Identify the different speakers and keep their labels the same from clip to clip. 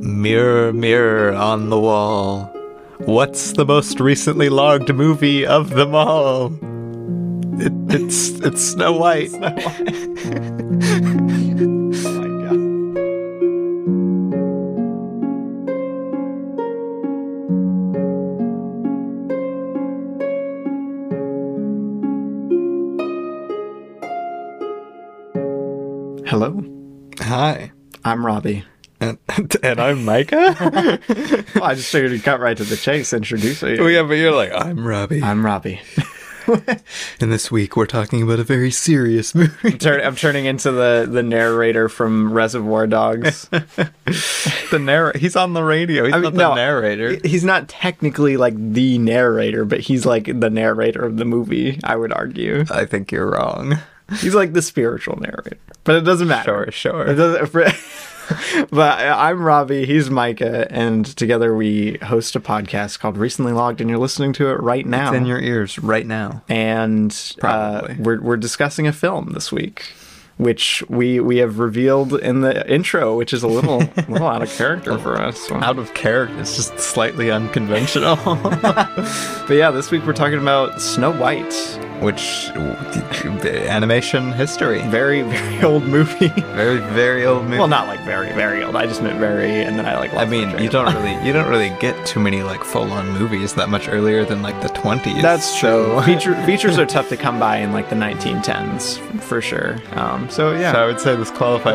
Speaker 1: Mirror, mirror on the wall. What's the most recently logged movie of them all? It, it's it's Snow White.
Speaker 2: Hello,
Speaker 1: Hi,
Speaker 2: I'm Robbie.
Speaker 1: and, and I'm Micah.
Speaker 2: Well, I just figured you'd cut right to the chase, introduce you.
Speaker 1: Oh, yeah, but you're like I'm Robbie,
Speaker 2: I'm Robbie.
Speaker 1: and this week we're talking about a very serious movie.
Speaker 2: Turn, I'm turning into the, the narrator from Reservoir Dogs.
Speaker 1: the narr- he's on the radio. He's
Speaker 2: mean,
Speaker 1: not the
Speaker 2: no,
Speaker 1: narrator.
Speaker 2: he's not technically like the narrator, but he's like the narrator of the movie, I would argue.
Speaker 1: I think you're wrong.
Speaker 2: He's like the spiritual narrator, but it doesn't matter.
Speaker 1: Sure, sure.
Speaker 2: It doesn't. for- but I'm Robbie, he's Micah, and together we host a podcast called Recently Logged, and you're listening to it right now.
Speaker 1: It's in your ears right now.
Speaker 2: and uh,
Speaker 1: Probably.
Speaker 2: we're we're discussing a film this week, which we we have revealed in the intro, which is a little little out of character for us. So-
Speaker 1: Out of character. It's just slightly unconventional.
Speaker 2: But yeah, this week we're talking about Snow White,
Speaker 1: Which animation history?
Speaker 2: very very old movie.
Speaker 1: Very very old movie.
Speaker 2: well, not like very very old. I just meant very, and then I like.
Speaker 1: I
Speaker 2: lost my
Speaker 1: mean,
Speaker 2: train
Speaker 1: you
Speaker 2: of
Speaker 1: don't really you don't really get too many like full on movies that much earlier than like the twenties.
Speaker 2: That's true. Feature, features are tough to come by in like the 1910s, for sure. Um, so yeah,
Speaker 1: So I would say this qualifies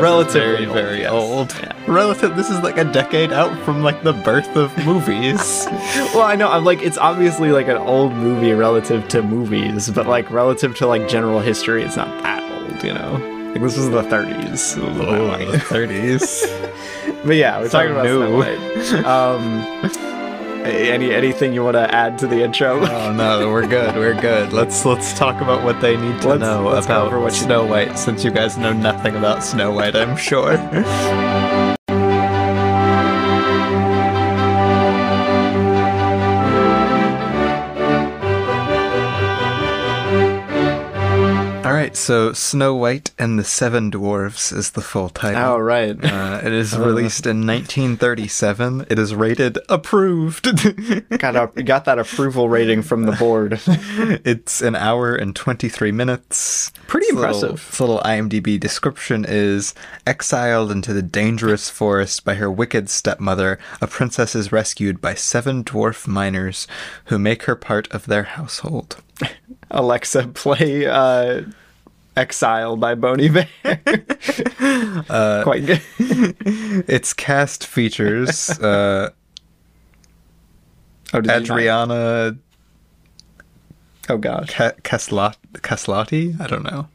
Speaker 1: relatively
Speaker 2: Relatively old,
Speaker 1: very very
Speaker 2: yes.
Speaker 1: old.
Speaker 2: Yeah.
Speaker 1: Relative. This is like a decade out from like the birth of movies.
Speaker 2: well, I know I'm like it's obviously like an old movie relative to movies, but like relative to like general history, it's not that old, you know. Like this was the 30s.
Speaker 1: oh, the thirties.
Speaker 2: But yeah, we're talking about Snow
Speaker 1: new.
Speaker 2: White. Um, a- any anything you want to add to the intro?
Speaker 1: oh no, we're good. We're good. Let's let's talk about what they need to
Speaker 2: Let's-
Speaker 1: know
Speaker 2: let's go
Speaker 1: about
Speaker 2: over what you-
Speaker 1: Snow White, since you guys know nothing about Snow White. I'm sure. All right, so Snow White and the Seven Dwarfs is the full title.
Speaker 2: oh right.
Speaker 1: Uh, it is released in 1937. It is rated approved.
Speaker 2: Got a, got that approval rating from the board.
Speaker 1: it's an hour and 23 minutes.
Speaker 2: Pretty
Speaker 1: Its little-
Speaker 2: impressive.
Speaker 1: Its little IMDb description is exiled into the dangerous forest by her wicked stepmother, a princess is rescued by seven dwarf miners who make her part of their household.
Speaker 2: Alexa, play uh, "Exile" by Boney Bear. Quite good.
Speaker 1: Its cast features uh,
Speaker 2: Oh, did you not-
Speaker 1: Adriana
Speaker 2: Oh gosh.
Speaker 1: Ca- Caslat- Caslati? I don't know.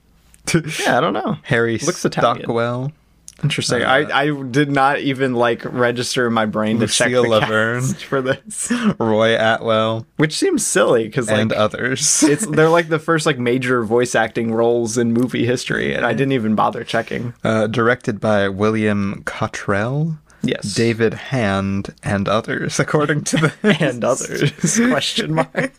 Speaker 2: Yeah, I don't know.
Speaker 1: Harry
Speaker 2: Looks Italian.
Speaker 1: Stockwell.
Speaker 2: Interesting. I, I did not even like register in my brain to check the
Speaker 1: Lucille Laverne.
Speaker 2: cast for this,
Speaker 1: Roy Atwell,
Speaker 2: which seems silly because like
Speaker 1: and others.
Speaker 2: it's they're like the first like major voice acting roles in movie history, and I didn't even bother checking.
Speaker 1: Uh, directed by William Cottrell,
Speaker 2: Yes,
Speaker 1: David Hand, and others, according to the
Speaker 2: and others question mark.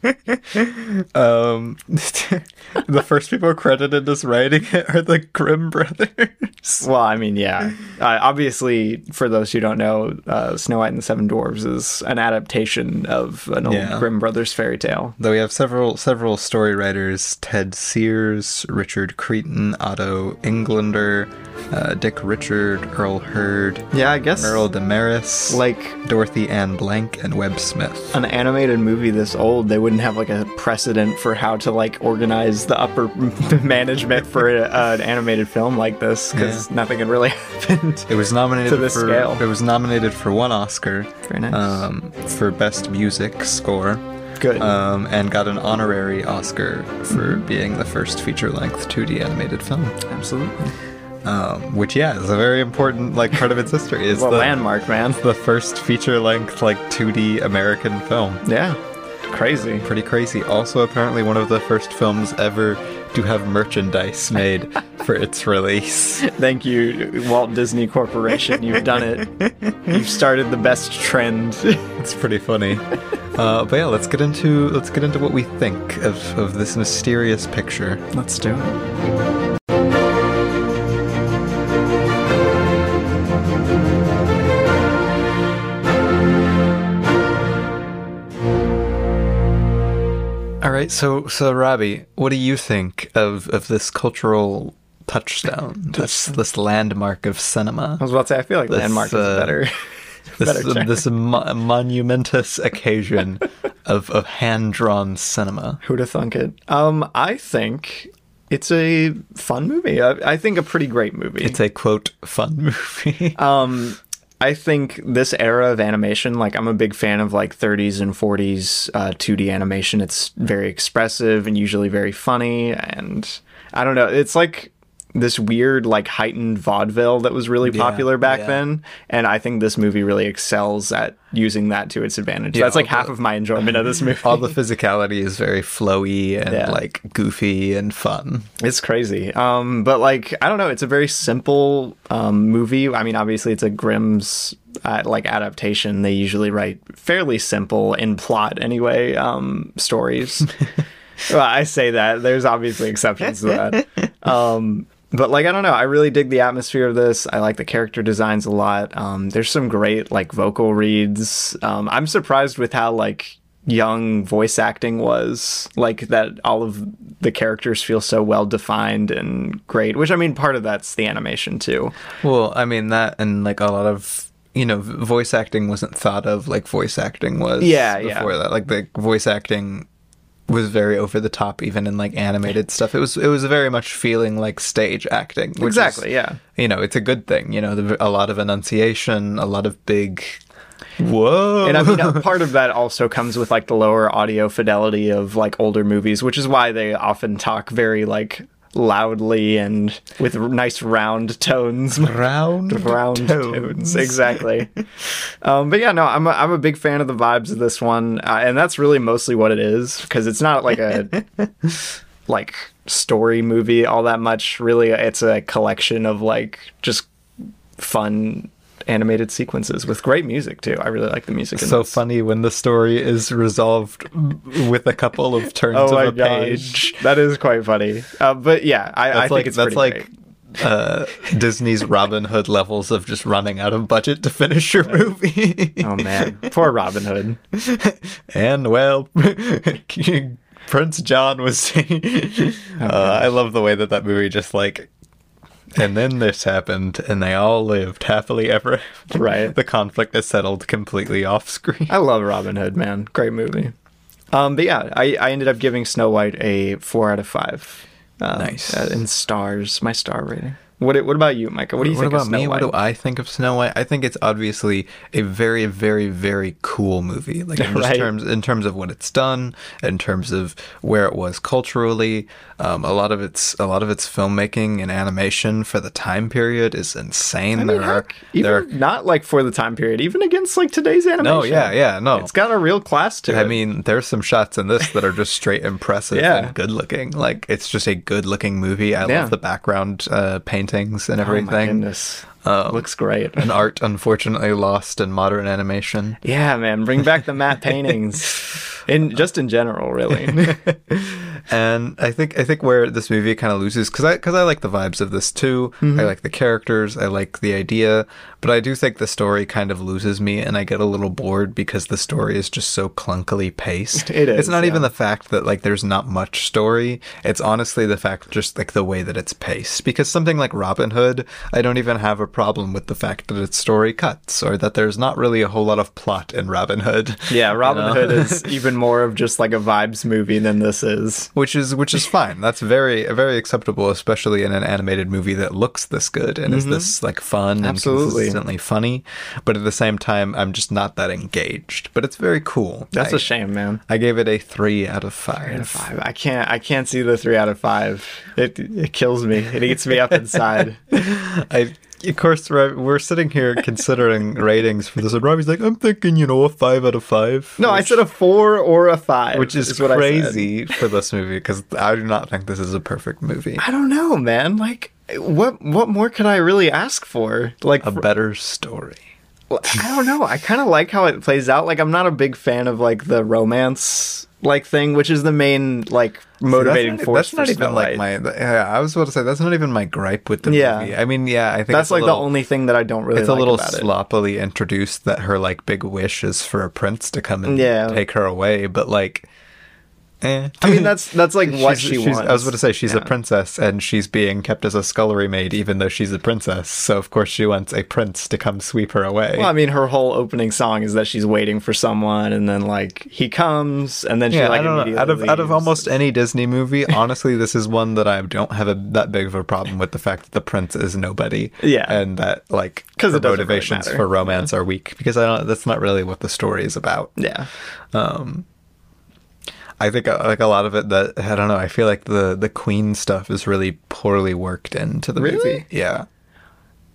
Speaker 1: Um, the first people credited as writing it are the Grimm brothers.
Speaker 2: Well, I mean, yeah. Uh, obviously, for those who don't know, uh, Snow White and the Seven Dwarves is an adaptation of an old
Speaker 1: Yeah.
Speaker 2: Grimm Brothers fairy tale.
Speaker 1: Though we have several several story writers: Ted Sears, Richard Creighton, Otto Englander, uh, Dick Richard, Earl Hurd,
Speaker 2: Yeah, I guess
Speaker 1: Merle Damaris,
Speaker 2: like Um,
Speaker 1: Dorothy Ann Blank, and Webb Smith.
Speaker 2: an animated movie this old, they wouldn't have like a precedent for how to like organize the upper management for a, an animated film like this because nothing had really happened.
Speaker 1: It was nominated
Speaker 2: To this
Speaker 1: for
Speaker 2: scale.
Speaker 1: it was nominated for one Oscar.
Speaker 2: Very nice.
Speaker 1: um, for best music score,
Speaker 2: Uh, Good.
Speaker 1: um, and got an honorary Oscar for being the first feature-length 2D animated film.
Speaker 2: Absolutely.
Speaker 1: Um, which, yeah, is a very important like part of its history. Is
Speaker 2: Well,
Speaker 1: the
Speaker 2: landmark, man.
Speaker 1: the first feature-length like 2D American film.
Speaker 2: Yeah. Crazy.
Speaker 1: Pretty crazy. Also, apparently, one of the first films ever to have merchandise made for its release.
Speaker 2: Thank you, Walt Disney Corporation. You've done it. You've started the best trend.
Speaker 1: It's pretty funny. Uh, but yeah, let's get into let's get into what we think of, of this mysterious picture.
Speaker 2: Let's do it.
Speaker 1: right. So, so Robbie, what do you think of of this cultural touchstone? this this landmark of cinema.
Speaker 2: I was about to say, I feel like landmark is
Speaker 1: uh,
Speaker 2: better.
Speaker 1: This
Speaker 2: better term.
Speaker 1: this mo- monumentous occasion of of hand drawn cinema.
Speaker 2: Who'd have thunk it? Um, I think it's a fun movie. I, I think a pretty great movie.
Speaker 1: It's a quote fun movie.
Speaker 2: um I think this era of animation, like I'm a big fan of like 30s and 40s uh, 2D animation. It's very expressive and usually very funny, and I don't know. It's like this weird, like heightened vaudeville that was really popular back
Speaker 1: yeah.
Speaker 2: then, and I think this movie really excels at using that to its advantage. That's like
Speaker 1: all
Speaker 2: half of my enjoyment of this movie.
Speaker 1: All the physicality is very flowy and
Speaker 2: Yeah.
Speaker 1: like goofy and fun.
Speaker 2: It's crazy. Um, but like, I don't know. It's a very simple um, movie. I mean, obviously, it's a Grimm's uh, like adaptation. They usually write fairly simple in plot anyway um, stories. well, I say that. There's obviously exceptions to that. Um, but like, I don't know. I really dig the atmosphere of this. I like the character designs a lot. Um, there's some great like vocal reads. Um, I'm surprised with how like young voice acting was like that all of the characters feel so well defined and great which i mean part of that's the animation too
Speaker 1: Well, I mean that, and like a lot of you know, v- voice acting wasn't thought of like voice acting was.
Speaker 2: Yeah, yeah.
Speaker 1: before that, like the voice acting was very over the top, even in like animated stuff. It was it was very much feeling like stage acting. Which is,
Speaker 2: Exactly, yeah.
Speaker 1: You know, it's a good thing. You know, the, a lot of enunciation, a lot of big. Whoa!
Speaker 2: and i mean uh, part of that also comes with like the lower audio fidelity of like older movies which is why they often talk very like loudly and with r- nice round tones
Speaker 1: round,
Speaker 2: round tones, exactly um but yeah no i'm a, i'm a big fan of the vibes of this one uh, and that's really mostly what it is because it's not like a like story movie all that much really it's a collection of like just fun animated sequences with great music too i really like the music in
Speaker 1: So
Speaker 2: this.
Speaker 1: funny when the story is resolved with a couple of turns
Speaker 2: oh my
Speaker 1: of a page.
Speaker 2: gosh that is quite funny uh, but yeah i, I
Speaker 1: That's
Speaker 2: think
Speaker 1: like
Speaker 2: it's
Speaker 1: that's
Speaker 2: pretty
Speaker 1: like
Speaker 2: great.
Speaker 1: uh, Disney's Robin Hood levels of just running out of budget to finish your movie.
Speaker 2: oh man poor robin hood
Speaker 1: and well, Prince John was.
Speaker 2: Oh,
Speaker 1: uh, I love the way that that movie just like. And then this happened, and they all lived happily ever. after.
Speaker 2: Right.
Speaker 1: The conflict is settled completely off screen.
Speaker 2: I love Robin Hood, man. Great movie. Um, but yeah, I, I ended up giving Snow White a four out of five. Um,
Speaker 1: Nice.
Speaker 2: uh, in stars, my star rating. What What about you, Micah? What do you
Speaker 1: What
Speaker 2: think
Speaker 1: about
Speaker 2: of Snow
Speaker 1: me?
Speaker 2: White?
Speaker 1: What do I think of Snow White? I think it's obviously a very, very, very cool movie. Like in just
Speaker 2: Right.
Speaker 1: terms in terms of what it's done, in terms of where it was culturally, um, a lot of its a lot of its filmmaking and animation for the time period is insane.
Speaker 2: I mean,
Speaker 1: there are
Speaker 2: heck, even
Speaker 1: there are,
Speaker 2: not like for the time period, even against like today's animation.
Speaker 1: no, yeah, Oh. yeah, no.
Speaker 2: It's got a real class to
Speaker 1: I
Speaker 2: it.
Speaker 1: mean, there's some shots in this that are just straight impressive
Speaker 2: Yeah.
Speaker 1: and good looking. Like it's just a good looking movie. I
Speaker 2: Yeah.
Speaker 1: love the background uh, paintings and
Speaker 2: oh my
Speaker 1: everything. Um, Oh.
Speaker 2: goodness, looks great.
Speaker 1: An art unfortunately lost in modern animation.
Speaker 2: Yeah, man, bring back the matte paintings, in just in general, really.
Speaker 1: and I think I think where this movie kind of loses because I because I like the vibes of this too.
Speaker 2: Mm-hmm.
Speaker 1: I like the characters. I like the idea, but I do think the story kind of loses me, and I get a little bored because the story is just so clunkily paced.
Speaker 2: It is,
Speaker 1: It's not
Speaker 2: yeah.
Speaker 1: even the fact that like there's not much story. It's honestly the fact just like the way that it's paced. Because something like Robin Hood, I don't even have a problem with the fact that its story cuts or that there's not really a whole lot of plot in Robin Hood.
Speaker 2: Yeah, Robin
Speaker 1: know?
Speaker 2: Hood is even more of just like a vibes movie than this is.
Speaker 1: which is which is fine. That's very very acceptable, especially in an animated movie that looks this good and is this like fun and
Speaker 2: Mm-hmm. Absolutely.
Speaker 1: consistently funny. But at the same time, I'm just not that engaged. But it's very cool.
Speaker 2: That's
Speaker 1: I,
Speaker 2: a shame, man.
Speaker 1: I gave it a three out of five.
Speaker 2: out of five. I can't. I can't see the three out of five. It it kills me. It eats me up inside.
Speaker 1: I. Of course, we're, we're sitting here considering ratings for this, and Robbie's like, "I'm thinking, you know, a five out of five.
Speaker 2: No, I said a four or a five,
Speaker 1: which is,
Speaker 2: what I said.
Speaker 1: crazy for this movie because I do not think this is a perfect movie.
Speaker 2: I, don't know, man. Like, what what more could I really ask for? Like,
Speaker 1: A better story.
Speaker 2: I don't know. I kind of like how it plays out. Like, I'm not a big fan of like the romance like thing, which is the main like motivating
Speaker 1: that's not, e-, That's
Speaker 2: force. for
Speaker 1: not
Speaker 2: Snow
Speaker 1: even like
Speaker 2: White.
Speaker 1: my. th- Yeah, I was about to say that's not even my gripe with the
Speaker 2: Yeah.
Speaker 1: movie. I mean, yeah, I think
Speaker 2: That's
Speaker 1: it's a
Speaker 2: like
Speaker 1: little-
Speaker 2: the only thing that I don't really.
Speaker 1: It's a
Speaker 2: like
Speaker 1: little
Speaker 2: about it.
Speaker 1: sloppily introduced that her like big wish is for a prince to come and
Speaker 2: Yeah.
Speaker 1: take her away, but like Eh.
Speaker 2: I mean, that's that's like what
Speaker 1: She's-
Speaker 2: she
Speaker 1: she's-
Speaker 2: wants.
Speaker 1: I was going to say she's a
Speaker 2: Yeah.
Speaker 1: princess and she's being kept as a scullery maid, even though she's a princess. So of course she wants a prince to come sweep her away.
Speaker 2: Well, I mean, her whole opening song is that she's waiting for someone, and then like he comes, and then she
Speaker 1: yeah,
Speaker 2: like
Speaker 1: I don't know.
Speaker 2: immediately
Speaker 1: Out of out of
Speaker 2: leaves.
Speaker 1: almost any Disney movie, honestly, this is one that I don't have a, that big of a problem with the fact that the prince is nobody.
Speaker 2: Yeah.
Speaker 1: and that like
Speaker 2: 'Cause
Speaker 1: her
Speaker 2: it doesn't really
Speaker 1: motivations
Speaker 2: matter.
Speaker 1: for romance are weak because I don't. That's not really what the story is about.
Speaker 2: yeah.
Speaker 1: I think uh, like a lot of it that I don't know. I feel like the the queen stuff is really poorly worked into the
Speaker 2: Really?
Speaker 1: movie. Yeah.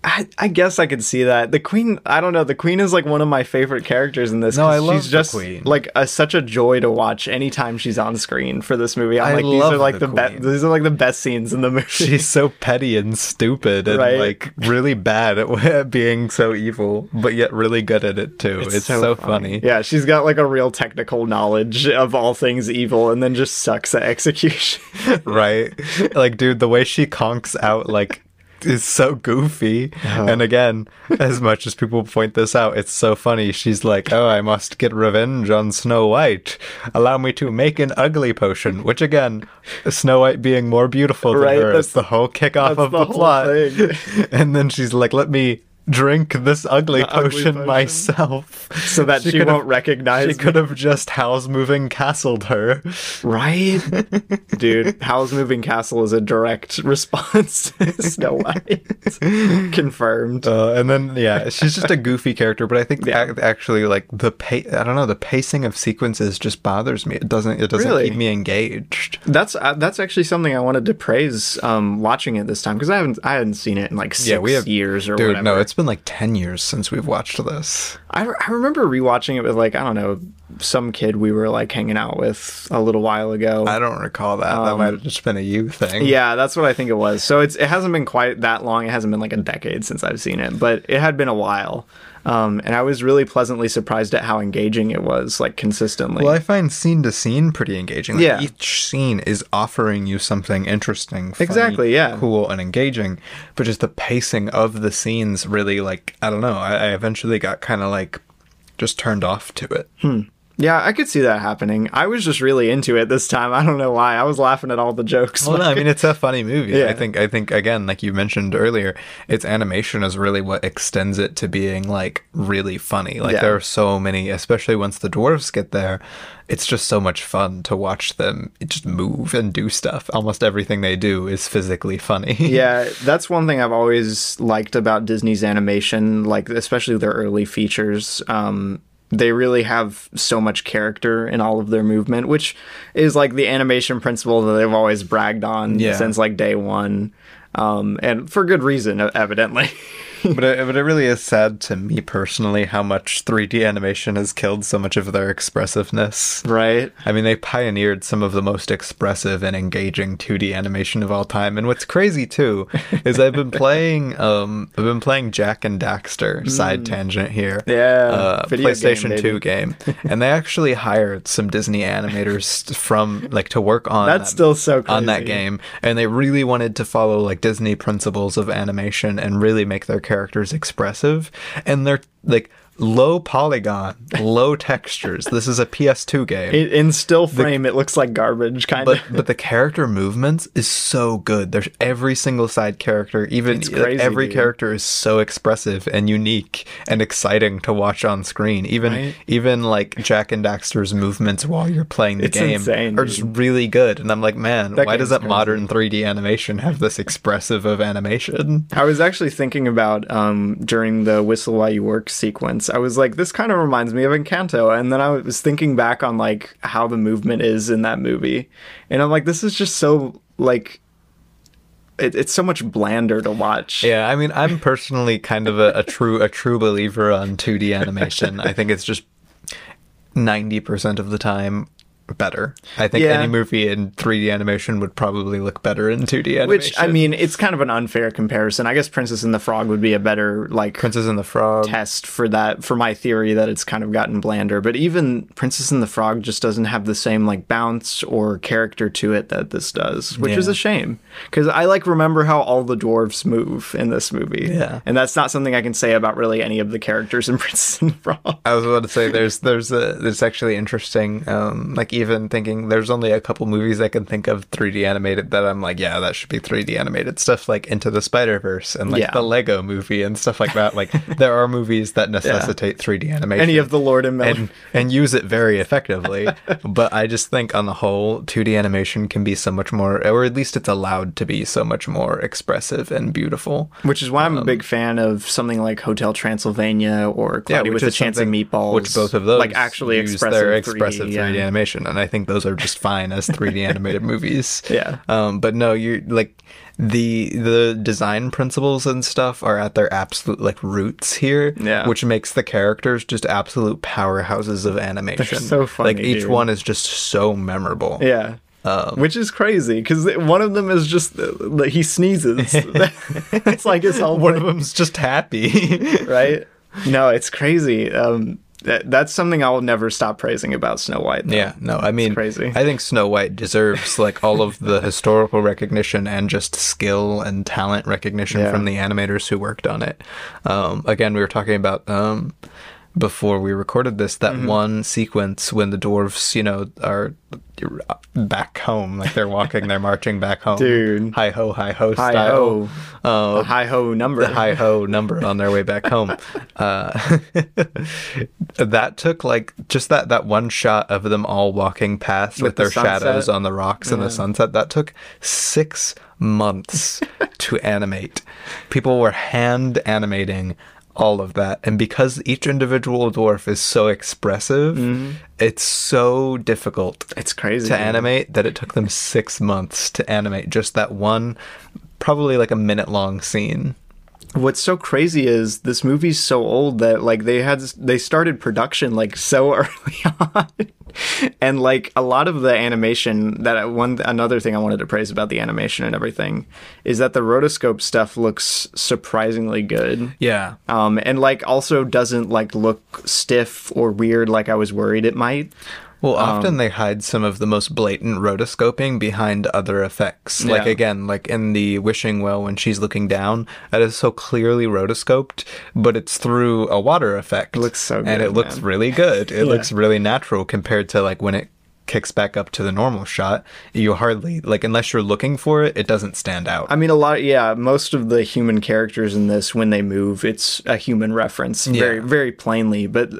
Speaker 2: I, I guess I could see that the queen. I don't know. The queen is like one of my favorite characters in this.
Speaker 1: No,
Speaker 2: 'cause
Speaker 1: I love
Speaker 2: she's
Speaker 1: the
Speaker 2: just
Speaker 1: queen.
Speaker 2: like a, such a joy to watch anytime she's on screen for this movie. I'm
Speaker 1: I
Speaker 2: like
Speaker 1: love
Speaker 2: these are like
Speaker 1: the
Speaker 2: the, best.
Speaker 1: queen.
Speaker 2: These are like the best scenes in the movie.
Speaker 1: She's so petty and stupid and
Speaker 2: Right.
Speaker 1: like really bad at being so evil, but yet really good at it too. It's, so, funny.
Speaker 2: Yeah, she's got like a real technical knowledge of all things evil, and then just sucks at execution.
Speaker 1: right? Like, dude, the way she conks out, like, is so goofy.
Speaker 2: Uh-huh.
Speaker 1: And again, as much as people point this out, it's so funny. She's like, oh, I must get revenge on Snow White. Allow me to make an ugly potion, which again, Snow White being more beautiful than
Speaker 2: Right,
Speaker 1: her
Speaker 2: that's-
Speaker 1: is the whole kickoff
Speaker 2: that's
Speaker 1: of
Speaker 2: the
Speaker 1: the,
Speaker 2: whole
Speaker 1: plot.
Speaker 2: thing.
Speaker 1: And then she's like, let me drink this ugly,
Speaker 2: ugly
Speaker 1: potion,
Speaker 2: potion.
Speaker 1: myself.
Speaker 2: So that she
Speaker 1: could've-
Speaker 2: won't recognize
Speaker 1: She
Speaker 2: me.
Speaker 1: could have just house moving castled her.
Speaker 2: Right? Dude, Howl's Moving Castle is a direct response to Snow White. Confirmed.
Speaker 1: Uh, and then yeah, she's just a goofy character, but I think
Speaker 2: Yeah.
Speaker 1: ac- actually like the pa- I don't know the pacing of sequences just bothers me. It doesn't it doesn't
Speaker 2: Really?
Speaker 1: keep me engaged.
Speaker 2: That's uh, that's actually something I wanted to praise um, watching it this time because I haven't I hadn't seen it in like six years or
Speaker 1: dude.
Speaker 2: whatever.
Speaker 1: No, it's been like ten years since we've watched this.
Speaker 2: I, re- I remember rewatching it with like I don't know some kid we were like hanging out with a little while ago.
Speaker 1: I don't recall that. that might have just been a you thing.
Speaker 2: Um, Yeah, that's what I think it was. So it's it hasn't been quite that long. It hasn't been like a decade since I've seen it, but it had been a while. Um, and I was really pleasantly surprised at how engaging it was, like consistently.
Speaker 1: Well, I find scene to scene pretty engaging. Like,
Speaker 2: Yeah.
Speaker 1: Each scene is offering you something interesting, funny,
Speaker 2: Exactly, yeah.
Speaker 1: cool, and engaging. But just the pacing of the scenes really, like, I don't know. I, I eventually got kind of like just turned off to it.
Speaker 2: Yeah, I could see that happening. I was just really into it this time. I don't know why. I was laughing at all the jokes.
Speaker 1: Well, no, I mean it's a funny movie. I
Speaker 2: Yeah.
Speaker 1: think I think again, like you mentioned earlier, its animation is really what extends it to being like really funny. Like
Speaker 2: Yeah.
Speaker 1: there are so many, especially once the dwarves get there, it's just so much fun to watch them just move and do stuff. Almost everything they do is physically funny.
Speaker 2: yeah, that's one thing I've always liked about Disney's animation, like especially their early features. Um, they really have so much character in all of their movement, which is like the animation principle that they've always bragged on
Speaker 1: Yeah.
Speaker 2: since like day one, um, and for good reason, e-, evidently.
Speaker 1: but it, but it really is sad to me personally how much 3D animation has killed so much of their expressiveness.
Speaker 2: right?
Speaker 1: I mean, they pioneered some of the most expressive and engaging 2D animation of all time. And what's crazy too is I've been playing, um, I've been playing Jack and Daxter. Side tangent here,
Speaker 2: Mm. Yeah,
Speaker 1: uh,
Speaker 2: video game,
Speaker 1: PlayStation
Speaker 2: baby.
Speaker 1: Two game, and they actually hired some Disney animators from like to work on
Speaker 2: That's
Speaker 1: that-
Speaker 2: still so crazy.
Speaker 1: on that game, and they really wanted to follow like Disney principles of animation and really make their characters expressive, and they're like. Low polygon, low textures. This is a PS2 game
Speaker 2: It, in still frame, it looks like garbage, kind of.
Speaker 1: but but the character movements is so good. There's every single side character, even like,
Speaker 2: crazy,
Speaker 1: every
Speaker 2: dude.
Speaker 1: character is so expressive and unique and exciting to watch on screen. Even
Speaker 2: Right?
Speaker 1: even like Jack and Daxter's movements while you're playing the
Speaker 2: It's
Speaker 1: game
Speaker 2: insane,
Speaker 1: are just really good. And I'm like, man, why
Speaker 2: game's
Speaker 1: doesn't
Speaker 2: crazy.
Speaker 1: modern 3D animation have this expressive of animation?
Speaker 2: I was actually thinking about um, during the whistle while you work sequence. I was like, this kind of reminds me of Encanto, and then I was thinking back on like how the movement is in that movie, and I'm like, this is just so like, it, it's so much blander to watch.
Speaker 1: Yeah, I mean, I'm personally kind of a, a true a true believer on 2D animation. I think it's just 90% of the time better. I think
Speaker 2: Yeah.
Speaker 1: any movie in 3D animation would probably look better in 2D animation.
Speaker 2: Which I mean, it's kind of an unfair comparison. I guess Princess and the Frog would be a better like
Speaker 1: Princess and the Frog.
Speaker 2: test for that for my theory that it's kind of gotten blander. But even Princess and the Frog just doesn't have the same like bounce or character to it that this does, which is
Speaker 1: Yeah.
Speaker 2: a shame because I like remember how all the dwarves move in this movie.
Speaker 1: Yeah.
Speaker 2: and that's not something I can say about really any of the characters in Princess and the Frog.
Speaker 1: I was about to say there's there's a there's actually interesting um like even thinking there's only a couple movies I can think of 3D animated that I'm like, yeah, that should be 3D animated stuff like Into the Spider Verse and like
Speaker 2: Yeah.
Speaker 1: the Lego Movie and stuff like that. Like there are movies that necessitate 3D animation.
Speaker 2: Any of the Lord and Miller.
Speaker 1: and and use it very effectively. but I just think on the whole, 2D animation can be so much more, or at least it's allowed to be so much more expressive and beautiful.
Speaker 2: which is why I'm a
Speaker 1: um,
Speaker 2: big fan of something like Hotel Transylvania or Cloudy
Speaker 1: which
Speaker 2: with a
Speaker 1: is
Speaker 2: Chance of
Speaker 1: something-
Speaker 2: Meatballs,
Speaker 1: Which both of those
Speaker 2: like actually
Speaker 1: use
Speaker 2: expressive,
Speaker 1: their expressive
Speaker 2: 3D,
Speaker 1: 3D,
Speaker 2: yeah.
Speaker 1: animation, and I think those are just fine as 3D animated movies.
Speaker 2: Yeah.
Speaker 1: Um, but no, you're like the the design principles and stuff are at their absolute like roots here.
Speaker 2: Yeah.
Speaker 1: Which makes the characters just absolute powerhouses of animation.
Speaker 2: so funny,
Speaker 1: Like each
Speaker 2: dude.
Speaker 1: one is just so memorable.
Speaker 2: Yeah.
Speaker 1: Um,
Speaker 2: Which is crazy because one of them is just uh, like, he sneezes. it's like his whole
Speaker 1: One of them's just happy.
Speaker 2: right? No, it's crazy. Um, that, that's something I will never stop praising about Snow White. though.
Speaker 1: Yeah, no, I mean,
Speaker 2: crazy.
Speaker 1: I think Snow White deserves like all of the historical recognition and just skill and talent recognition
Speaker 2: Yeah.
Speaker 1: from the animators who worked on it. Um, again, we were talking about um, before we recorded this that
Speaker 2: Mm-hmm.
Speaker 1: one sequence when the dwarves, you know, are back home, like they're walking, they're marching back home,
Speaker 2: Dude.
Speaker 1: Hi ho, hi ho,
Speaker 2: Hi-ho.
Speaker 1: style. Uh,
Speaker 2: A high ho number.
Speaker 1: the hi ho number on their way back home. Uh, that took like just that that one shot of them all walking past with,
Speaker 2: the
Speaker 1: their
Speaker 2: sunset.
Speaker 1: shadows on the rocks in the sunset. That took six months to animate. People were hand animating all of that and because each individual dwarf is so expressive
Speaker 2: Mm-hmm.
Speaker 1: it's so difficult
Speaker 2: it's crazy.
Speaker 1: to animate that it took them six months to animate just that one probably like a minute long scene
Speaker 2: What's so crazy is this movie's so old that like they had they started production like so early on, and like a lot of the animation that I- one another thing I wanted to praise about the animation and everything is that the rotoscope stuff looks surprisingly good.
Speaker 1: yeah
Speaker 2: Um, and like also doesn't like look stiff or weird like I was worried it might.
Speaker 1: Well,
Speaker 2: Um,
Speaker 1: often they hide some of the most blatant rotoscoping behind other effects. Like
Speaker 2: Yeah.
Speaker 1: again, like in the wishing well when she's looking down, that is so clearly rotoscoped, but it's through a water effect. It
Speaker 2: looks so
Speaker 1: and
Speaker 2: good,
Speaker 1: it looks
Speaker 2: man.
Speaker 1: really good. It looks really natural compared to like when it kicks back up to the normal shot. You hardly like unless you're looking for it, it doesn't stand out.
Speaker 2: I mean, a lot. Yeah, most of the human characters in this, when they move, it's a human reference, very,
Speaker 1: Yeah.
Speaker 2: very plainly. But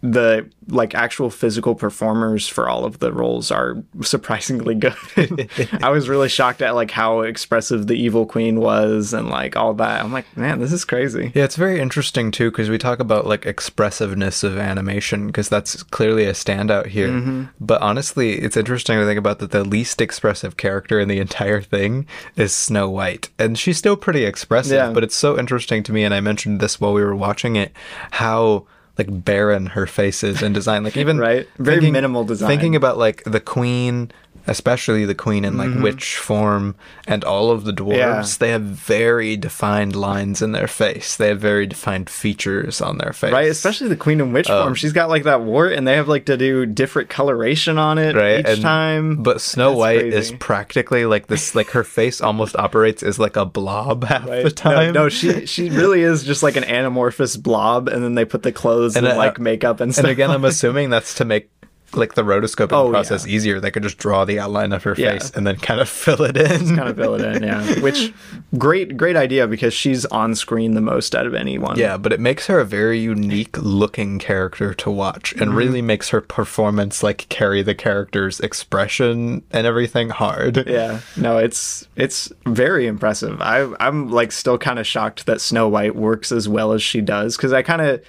Speaker 2: the like actual physical performers for all of the roles are surprisingly good. I was really shocked at like how expressive the Evil Queen was and like all that. I'm like, man, this is crazy.
Speaker 1: Yeah, it's very interesting too because we talk about like expressiveness of animation because that's clearly a standout here.
Speaker 2: Mm-hmm.
Speaker 1: But honestly, it's interesting to think about that the least expressive character in the entire thing is Snow White, and she's still pretty expressive.
Speaker 2: Yeah.
Speaker 1: But it's so interesting to me, and I mentioned this while we were watching it, how like barren her face is in design. Like even
Speaker 2: Right? Very minimal design.
Speaker 1: Thinking about like the queen. Especially the queen in like witch form and all of the dwarves,
Speaker 2: Mm-hmm. Yeah.
Speaker 1: they have very defined lines in their face. They have very defined features on their face.
Speaker 2: Right, especially the Queen in Witch
Speaker 1: Uh,
Speaker 2: form. She's got like that wart, and they have like to do different coloration on it
Speaker 1: right
Speaker 2: each
Speaker 1: And-
Speaker 2: time.
Speaker 1: But Snow
Speaker 2: That's
Speaker 1: White
Speaker 2: crazy.
Speaker 1: is practically like this. Like her face almost operates as like a blob half
Speaker 2: Right.
Speaker 1: the time.
Speaker 2: No, no, she she really is just like an anamorphous blob, and then they put the clothes and,
Speaker 1: uh,
Speaker 2: like makeup and stuff.
Speaker 1: and again, I'm assuming that's to make like the rotoscoping
Speaker 2: Oh,
Speaker 1: process easier. They could just draw the outline of her
Speaker 2: Yeah.
Speaker 1: face and then kind of fill it in.
Speaker 2: kind of fill it in, yeah. Which great great idea because she's on screen the most out of anyone.
Speaker 1: Yeah, but it makes her a very unique looking character to watch
Speaker 2: Mm-hmm.
Speaker 1: and really makes her performance like carry the character's expression and everything hard.
Speaker 2: Yeah. No, it's it's very impressive. I I'm like still kind of shocked that Snow White works as well as she does cuz I kind of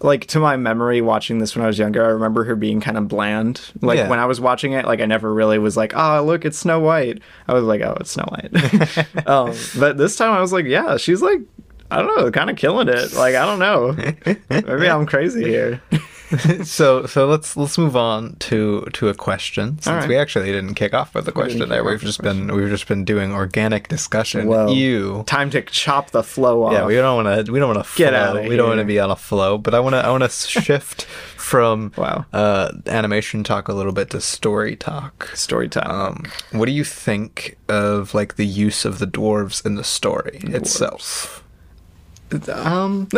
Speaker 2: like to my memory watching this when I was younger, I remember her being kind of bland. Like
Speaker 1: Yeah.
Speaker 2: when I was watching it, like I never really was like, "Oh, look, it's Snow White." I was like, "Oh, it's Snow White." um, but this time I was like, "Yeah, she's like I don't know, kind of killing it. Like I don't know. Maybe I'm crazy here.
Speaker 1: so so let's let's move on to to a question since
Speaker 2: right.
Speaker 1: we actually didn't kick off with a question
Speaker 2: kick
Speaker 1: there.
Speaker 2: off
Speaker 1: We've
Speaker 2: with a
Speaker 1: just been we've just been doing organic discussion.
Speaker 2: Whoa.
Speaker 1: You
Speaker 2: Time to chop the flow off.
Speaker 1: yeah, we don't want to. We don't want to
Speaker 2: Get
Speaker 1: flow.
Speaker 2: outta
Speaker 1: We don't want to
Speaker 2: here.
Speaker 1: be on a flow. But I want to. I want to shift from
Speaker 2: Wow.
Speaker 1: uh, animation talk a little bit to story talk.
Speaker 2: Story time.
Speaker 1: Um, what do you think of like the use of the dwarves in the story itself?
Speaker 2: um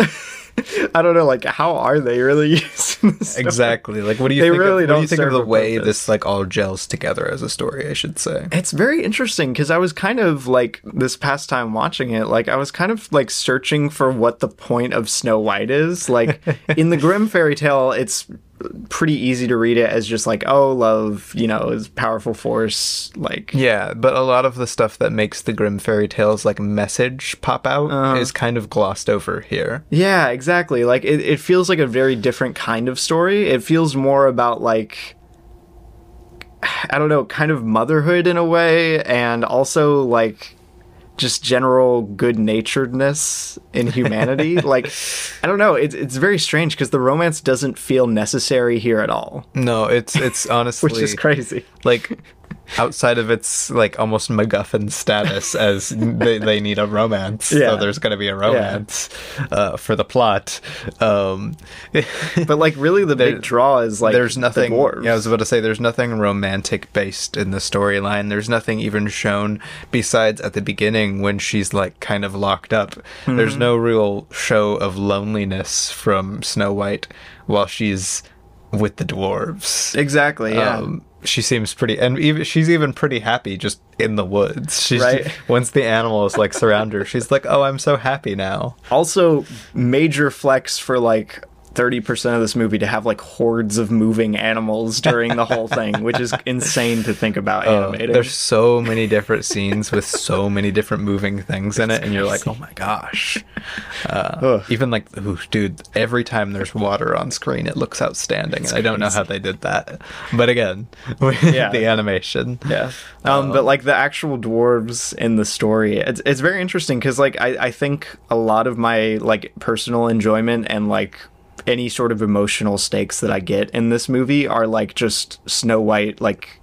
Speaker 2: I don't know, like how are they really using this? stuff?
Speaker 1: Exactly. Like, what do you
Speaker 2: They
Speaker 1: think?
Speaker 2: really
Speaker 1: of, what do you
Speaker 2: don't
Speaker 1: think of
Speaker 2: serve
Speaker 1: the
Speaker 2: a
Speaker 1: way
Speaker 2: purpose.
Speaker 1: this like all gels together as a story? I should say.
Speaker 2: It's very interesting because I was kind of like this past time watching it, like I was kind of like searching for what the point of Snow White is. Like in the Grimm fairy tale, it's pretty easy to read it as just like, oh, love, you know, is powerful force, like
Speaker 1: Yeah, but a lot of the stuff that makes the Grimm fairy tales like message pop out is kind of glossed over here.
Speaker 2: Yeah, exactly. Like it, it feels like a very different kind of story. It feels more about like I don't know, kind of motherhood in a way, and also like just general good naturedness in humanity. like I don't know, it's it's very strange because the romance doesn't feel necessary here at all.
Speaker 1: No, it's it's honestly
Speaker 2: Which is crazy.
Speaker 1: like outside of its like almost MacGuffin status as they, they need a romance.
Speaker 2: Yeah.
Speaker 1: So there's gonna be a romance uh, for the plot. Um,
Speaker 2: But like really the big draw is like
Speaker 1: there's nothing.
Speaker 2: the dwarves.
Speaker 1: yeah, I was about to say there's nothing romantic based in the storyline. There's nothing even shown besides at the beginning when she's like kind of locked up.
Speaker 2: Mm-hmm.
Speaker 1: There's no real show of loneliness from Snow White while she's with the dwarves.
Speaker 2: Exactly, yeah.
Speaker 1: Um, she seems pretty, and even, she's even pretty happy just in the woods. She's
Speaker 2: Right.
Speaker 1: once the animals like surround her, she's like, "Oh, I'm so happy now."
Speaker 2: also major flex for like 30% of this movie to have like hordes of moving animals during the whole thing which is insane to think about
Speaker 1: Oh,
Speaker 2: animated
Speaker 1: There's so many different scenes with so many different moving things in it, and you're like, oh my gosh. Uh, even like, ooh, dude, every time there's water on screen, it looks outstanding. and I don't know how they did that, but again, with
Speaker 2: Yeah.
Speaker 1: the animation.
Speaker 2: yeah um, but like the actual dwarves in the story it's, it's very interesting because like I, I think a lot of my like personal enjoyment and like any sort of emotional stakes that i get in this movie are like just snow white like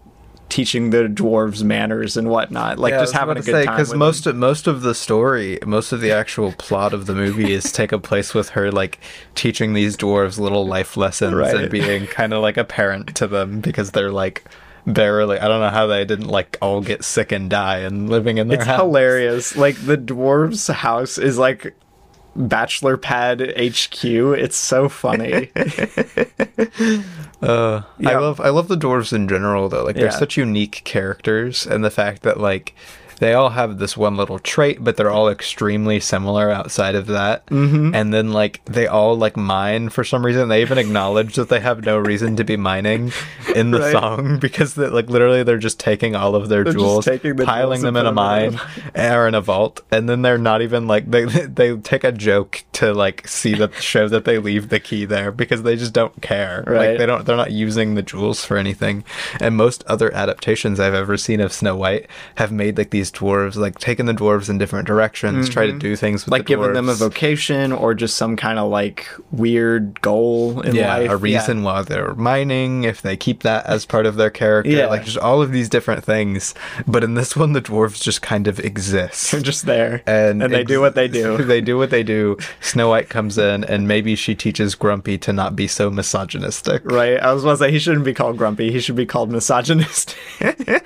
Speaker 2: teaching the dwarves manners and whatnot like just having a good time
Speaker 1: because
Speaker 2: with them.
Speaker 1: most of, most of the story, most of the actual plot of the movie is take a place with her like teaching these dwarves little life lessons
Speaker 2: Right.
Speaker 1: and being kind of like a parent to them because they're like barely. I don't know how they didn't like all get sick and die and living in their
Speaker 2: It's
Speaker 1: house.
Speaker 2: hilarious. Like the dwarves' house is like bachelor pad HQ. It's so funny.
Speaker 1: Uh, I
Speaker 2: Yeah.
Speaker 1: love I love the dwarves in general though. Like they're
Speaker 2: Yeah.
Speaker 1: such unique characters, and the fact that like they all have this one little trait, but they're all extremely similar outside of that. Mm-hmm. And then like they all like mine for some reason. They even acknowledge that they have no reason to be mining in the
Speaker 2: Right.
Speaker 1: song because that like literally they're just taking all of their
Speaker 2: They're just
Speaker 1: jewels,
Speaker 2: taking the
Speaker 1: piling
Speaker 2: jewels
Speaker 1: them
Speaker 2: and
Speaker 1: in a
Speaker 2: putting
Speaker 1: mine
Speaker 2: them
Speaker 1: or in a vault, and then they're not even like they they take a joke to like see that show that they leave the key there because they just don't care. Like
Speaker 2: Right.
Speaker 1: they don't they're not using the jewels for anything. And most other adaptations I've ever seen of Snow White have made like these dwarves like taking the dwarves in different directions, try to do things with
Speaker 2: Mm-hmm. like
Speaker 1: the dwarves.
Speaker 2: giving them a vocation or just some kind of like weird goal in
Speaker 1: yeah,
Speaker 2: life.
Speaker 1: a reason why they're mining, if they keep that as part of their character,
Speaker 2: Yeah.
Speaker 1: like just all of these different things. But in this one, the dwarves just kind of exist.
Speaker 2: They're just there.
Speaker 1: and,
Speaker 2: they
Speaker 1: ex-
Speaker 2: do what they do.
Speaker 1: they do what they do. Snow White comes in, and maybe she teaches Grumpy to not be so misogynistic.
Speaker 2: Right, I was about to say he shouldn't be called grumpy. He should be called misogynist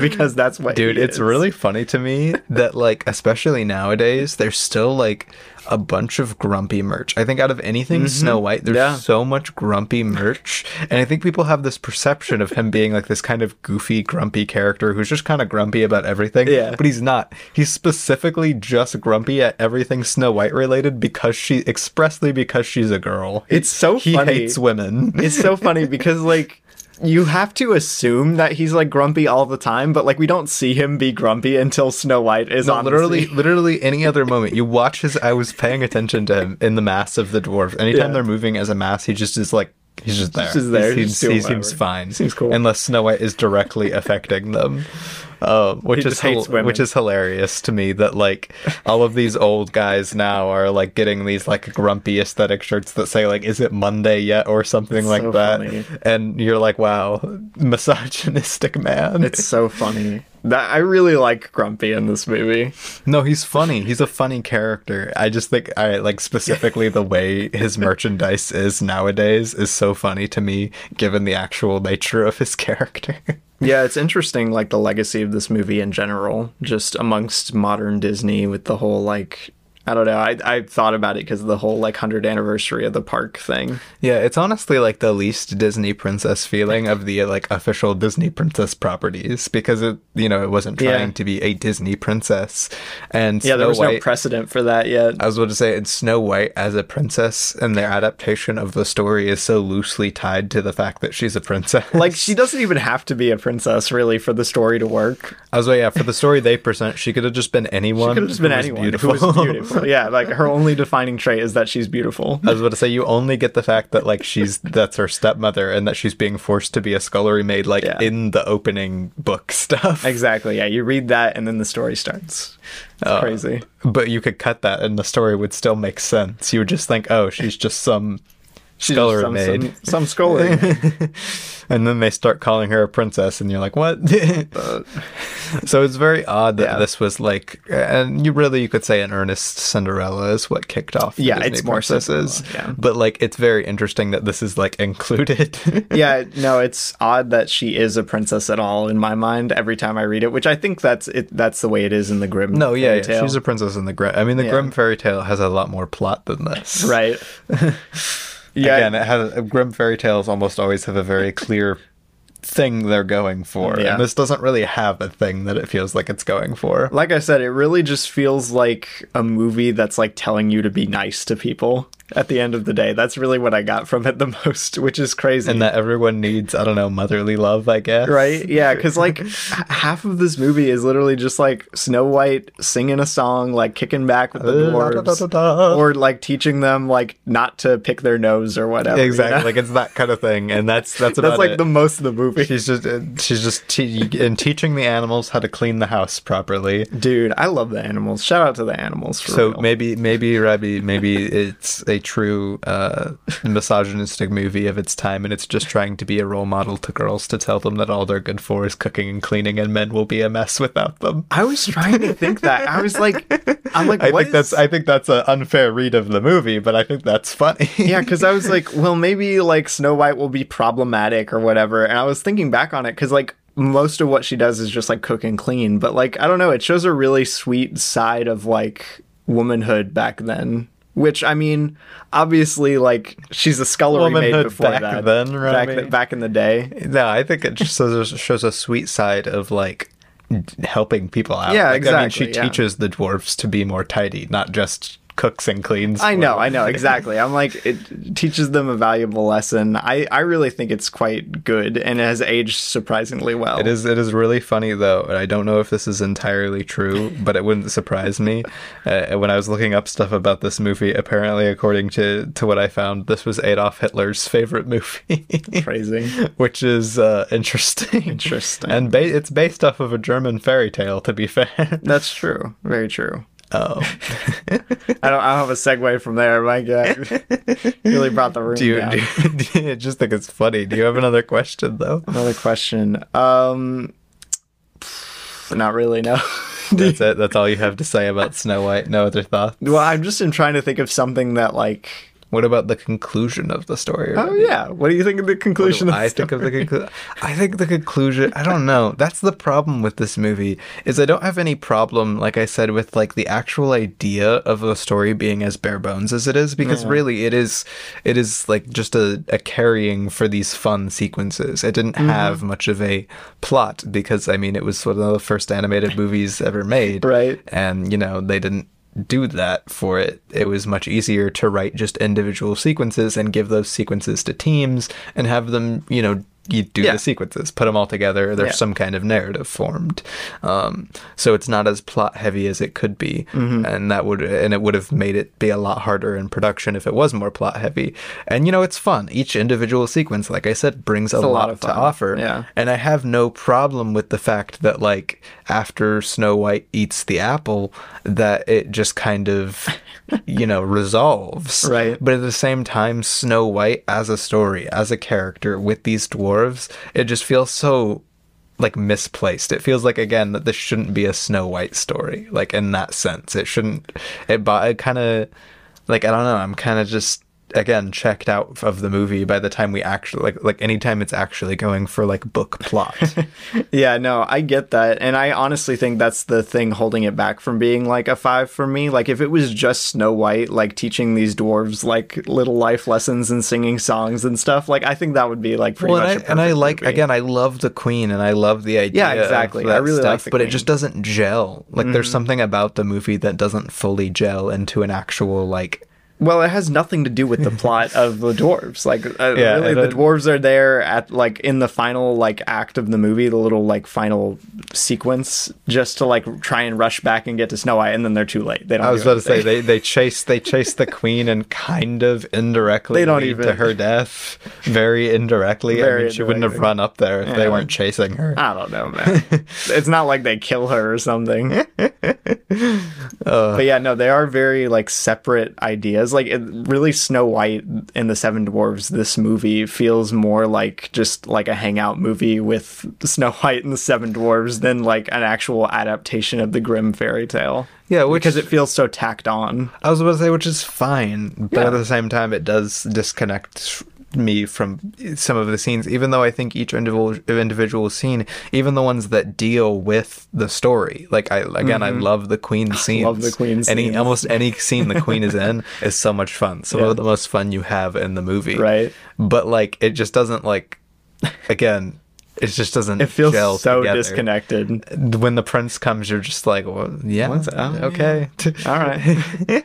Speaker 2: because that's what.
Speaker 1: Dude,
Speaker 2: he
Speaker 1: it's
Speaker 2: is.
Speaker 1: really funny to me that, like, especially nowadays, there's still like a bunch of grumpy merch. I think out of anything Snow White, there's
Speaker 2: Mm-hmm. Yeah.
Speaker 1: so much grumpy merch, and I think people have this perception of him being like this kind of goofy, grumpy character who's just kind of grumpy about everything.
Speaker 2: Yeah.
Speaker 1: but he's not. He's specifically just grumpy at everything Snow White related because she expressly because she's a girl.
Speaker 2: It's so
Speaker 1: he
Speaker 2: funny.
Speaker 1: hates women.
Speaker 2: it's so funny because like you have to assume that he's like grumpy all the time, but like we don't see him be grumpy until Snow White is on. the
Speaker 1: literally
Speaker 2: scene.
Speaker 1: literally any other moment you watch his i was paying attention to him in the mass of the dwarf anytime
Speaker 2: Yeah.
Speaker 1: they're moving as a mass he just is like he's just there,
Speaker 2: just there,
Speaker 1: he
Speaker 2: just
Speaker 1: seems, he
Speaker 2: doing
Speaker 1: seems
Speaker 2: whatever.
Speaker 1: fine
Speaker 2: Seems cool.
Speaker 1: unless snow white is directly affecting them um, which
Speaker 2: He
Speaker 1: is
Speaker 2: just hates
Speaker 1: hil-
Speaker 2: women.
Speaker 1: which is hilarious to me that like all of these old guys now are like getting these like grumpy aesthetic shirts that say like is it Monday yet or something like
Speaker 2: so
Speaker 1: that
Speaker 2: funny.
Speaker 1: and you're like wow misogynistic man
Speaker 2: it's so funny. That I really like Grumpy in this movie.
Speaker 1: No, he's funny. He's a funny character. I just think I like specifically the way his merchandise is nowadays is so funny to me given the actual nature of his character.
Speaker 2: Yeah, it's interesting, like the legacy of this movie in general, just amongst modern Disney with the whole like I don't know. I, I thought about it because of the whole like 100th anniversary of the park thing.
Speaker 1: Yeah, it's honestly like the least Disney princess feeling of the like official Disney princess properties because it, you know, it wasn't
Speaker 2: Yeah.
Speaker 1: trying to be a Disney princess. And
Speaker 2: Yeah, there
Speaker 1: Snow
Speaker 2: was no Uh,
Speaker 1: White,
Speaker 2: precedent for that yet.
Speaker 1: I was about to say, and Snow White as a princess and their adaptation of the story is so loosely tied to the fact that she's a princess.
Speaker 2: Like she doesn't even have to be a princess really for the story to work.
Speaker 1: I was like, yeah, for the story they present, she could have just been anyone.
Speaker 2: Could have just been
Speaker 1: who was
Speaker 2: anyone who was beautiful. yeah, like her only defining trait is that she's beautiful.
Speaker 1: I was about to say you only get the fact that like she's that's her stepmother and that she's being forced to be a scullery maid like
Speaker 2: Yeah.
Speaker 1: in the opening book stuff.
Speaker 2: Exactly. Yeah, you read that and then the story starts. It's crazy.
Speaker 1: But you could cut that and the story would still make sense. You would just think, oh, she's just some
Speaker 2: She's
Speaker 1: scullery
Speaker 2: some,
Speaker 1: maid,
Speaker 2: Some, some scullery. maid.
Speaker 1: and then they start calling her a princess, and you're like, what? so it's very odd that
Speaker 2: Yeah.
Speaker 1: this was like, and you really you could say an earnest Cinderella is what kicked off. the
Speaker 2: Yeah,
Speaker 1: Disney
Speaker 2: it's more
Speaker 1: princesses,
Speaker 2: Cinderella, yeah.
Speaker 1: but like it's very interesting that this is like included.
Speaker 2: yeah, no, it's odd that she is a princess at all in my mind every time I read it, which I think that's it that's the way it is in the Grimm.
Speaker 1: No, yeah,
Speaker 2: fairy
Speaker 1: yeah,
Speaker 2: tale.
Speaker 1: she's a princess in the Grimm. I mean, the
Speaker 2: Yeah.
Speaker 1: Grimm fairy tale has a lot more plot than this.
Speaker 2: right. yeah.
Speaker 1: Again, it has Grimm fairy tales almost always have a very clear thing they're going for,
Speaker 2: Yeah.
Speaker 1: and this doesn't really have a thing that it feels like it's going for.
Speaker 2: like I said, it really just feels like a movie that's like telling you to be nice to people at the end of the day. That's really what I got from it the most, which is crazy.
Speaker 1: And that everyone needs, I don't know, motherly love, I guess.
Speaker 2: right? Yeah, because like h- half of this movie is literally just like Snow White singing a song, like kicking back with the
Speaker 1: Uh, da, da, da, da,
Speaker 2: dwarves,
Speaker 1: da.
Speaker 2: or like teaching them like not to pick their nose or whatever. you
Speaker 1: Exactly,
Speaker 2: know?
Speaker 1: like it's that kind of thing, and that's that's about
Speaker 2: That's like
Speaker 1: it.
Speaker 2: the most of the movie.
Speaker 1: she's just uh, she's just te- and teaching the animals how to clean the house properly.
Speaker 2: Dude, I love the animals. Shout out to the animals. For
Speaker 1: So
Speaker 2: real.
Speaker 1: maybe, maybe Rabbi, maybe it's a true uh, misogynistic movie of its time, and it's just trying to be a role model to girls to tell them that all they're good for is cooking and cleaning, and men will be a mess without them.
Speaker 2: I was trying to think that. I was like, I'm like,
Speaker 1: I
Speaker 2: what
Speaker 1: think that's
Speaker 2: is-
Speaker 1: I think that's an unfair read of the movie, but I think that's funny.
Speaker 2: yeah, because I was like, well, maybe like Snow White will be problematic or whatever. And I was thinking back on it because like most of what she does is just like cook and clean. But like, I don't know, it shows a really sweet side of like womanhood back then. Which I mean, obviously, like she's a scullery maid
Speaker 1: Womanhood
Speaker 2: before
Speaker 1: back
Speaker 2: that.
Speaker 1: then,
Speaker 2: back,
Speaker 1: Rami?
Speaker 2: th- back in the day.
Speaker 1: no, I think it just shows, shows a sweet side of like d- helping people out.
Speaker 2: Yeah,
Speaker 1: Like, I mean,
Speaker 2: exactly,
Speaker 1: she
Speaker 2: yeah.
Speaker 1: teaches the dwarfs to be more tidy, not just cooks and cleans.
Speaker 2: I
Speaker 1: for
Speaker 2: know,
Speaker 1: them.
Speaker 2: I know exactly. I'm like, it teaches them a valuable lesson. I I really think it's quite good, and it has aged surprisingly well.
Speaker 1: It is it is really funny though, and I don't know if this is entirely true, but it wouldn't surprise me. Uh, when I was looking up stuff about this movie, apparently, according to to what I found, this was Adolf Hitler's favorite movie,
Speaker 2: crazy.
Speaker 1: which is uh, interesting.
Speaker 2: Interesting.
Speaker 1: and ba- it's based off of a German fairy tale. To be fair,
Speaker 2: That's true. Very true.
Speaker 1: oh,
Speaker 2: I don't. I don't have a segue from there. My God, really brought the room
Speaker 1: do you,
Speaker 2: down.
Speaker 1: do you- do you- I just think it's funny? Do you have another question though?
Speaker 2: Another question. Um, not really. No.
Speaker 1: That's it. That's all you have to say about Snow White. No other thoughts.
Speaker 2: well, I'm just in trying to think of something that like.
Speaker 1: What about the conclusion of the story?
Speaker 2: Oh yeah. What do you think of the conclusion? of
Speaker 1: I
Speaker 2: this
Speaker 1: think of the conclu- I think the conclusion. I don't know. That's the problem with this movie is I don't have any problem, like I said, with like the actual idea of the story being as bare bones as it is, because really it is. It is like just a, a carrying for these fun sequences. It
Speaker 2: Mm-hmm.
Speaker 1: didn't have much of a plot because I mean it was one of the first animated movies ever made,
Speaker 2: Right.
Speaker 1: and you know they didn't do that for it it was much easier to write just individual sequences and give those sequences to teams and have them you know you do
Speaker 2: Yeah.
Speaker 1: the sequences put them all together there's
Speaker 2: Yeah.
Speaker 1: some kind of narrative formed um, so it's not as plot heavy as it could be
Speaker 2: Mm-hmm.
Speaker 1: and that would and it would have made it be a lot harder in production if it was more plot heavy and you know it's fun each individual sequence like i said brings a,
Speaker 2: a lot
Speaker 1: lot,
Speaker 2: of
Speaker 1: to
Speaker 2: fun.
Speaker 1: offer
Speaker 2: Yeah.
Speaker 1: and I have no problem with the fact that, like, after Snow White eats the apple, that it just kind of, you know, resolves.
Speaker 2: Right.
Speaker 1: But at the same time, Snow White as a story, as a character with these dwarves, it just feels so like misplaced. It feels like again that this shouldn't be a Snow White story. Like in that sense, it shouldn't. It, bo- it kind of like I don't know. I'm kind of just again checked out of the movie by the time we actually like like anytime it's actually going for like book plot.
Speaker 2: Yeah, no, I get that. And I honestly think that's the thing holding it back from being like a five for me. Like, if it was just Snow White, like teaching these dwarves like little life lessons and singing songs and stuff, like, I think that would be like pretty
Speaker 1: well, and
Speaker 2: much
Speaker 1: I,
Speaker 2: a
Speaker 1: and I
Speaker 2: perfect
Speaker 1: like
Speaker 2: movie.
Speaker 1: again, I love the Queen and I love the idea. of
Speaker 2: exactly. I
Speaker 1: that
Speaker 2: really like
Speaker 1: stuff,
Speaker 2: the
Speaker 1: but it
Speaker 2: Queen. Mm-hmm.
Speaker 1: just doesn't gel. Like there's something about the movie that doesn't fully gel into an actual like.
Speaker 2: Well, it has nothing to do with the plot of the dwarves. Like, uh,
Speaker 1: Yeah,
Speaker 2: really,
Speaker 1: it,
Speaker 2: the
Speaker 1: uh,
Speaker 2: dwarves are there at like in the final like act of the movie, the little like final sequence, just to like try and rush back and get to Snow White, and then they're too late. They don't.
Speaker 1: I was
Speaker 2: do
Speaker 1: about to
Speaker 2: anything.
Speaker 1: say they they chase they chase the Queen and kind of indirectly
Speaker 2: They don't
Speaker 1: lead to
Speaker 2: even-
Speaker 1: her death, very indirectly. I
Speaker 2: Very
Speaker 1: mean, she wouldn't have
Speaker 2: indirectly.
Speaker 1: run up there if they weren't chasing her.
Speaker 2: I don't know, man. it's not like they kill her or something. but yeah, no, they are very like separate ideas. Like it, really, Snow White and the Seven Dwarves. This movie feels more like just like a hangout movie with Snow White and the Seven Dwarves than like an actual adaptation of the Grimm fairy tale.
Speaker 1: Yeah, which
Speaker 2: because it feels so tacked on.
Speaker 1: I was about to say, which is fine, but
Speaker 2: Yeah.
Speaker 1: at the same time, it does disconnect me from some of the scenes. Even though I think each individual individual scene, even the ones that deal with the story, like I again, I love the Queen scenes.
Speaker 2: Mm-hmm. the Queen
Speaker 1: Any
Speaker 2: scenes.
Speaker 1: almost any scene the Queen is in is so much fun. Some
Speaker 2: Yeah.
Speaker 1: of the most fun you have in the movie,
Speaker 2: Right.
Speaker 1: But like, it just doesn't like. Again, it just doesn't.
Speaker 2: It feels
Speaker 1: gel
Speaker 2: so
Speaker 1: together.
Speaker 2: disconnected.
Speaker 1: When the prince comes, you're just like, well, yeah, okay.
Speaker 2: All right.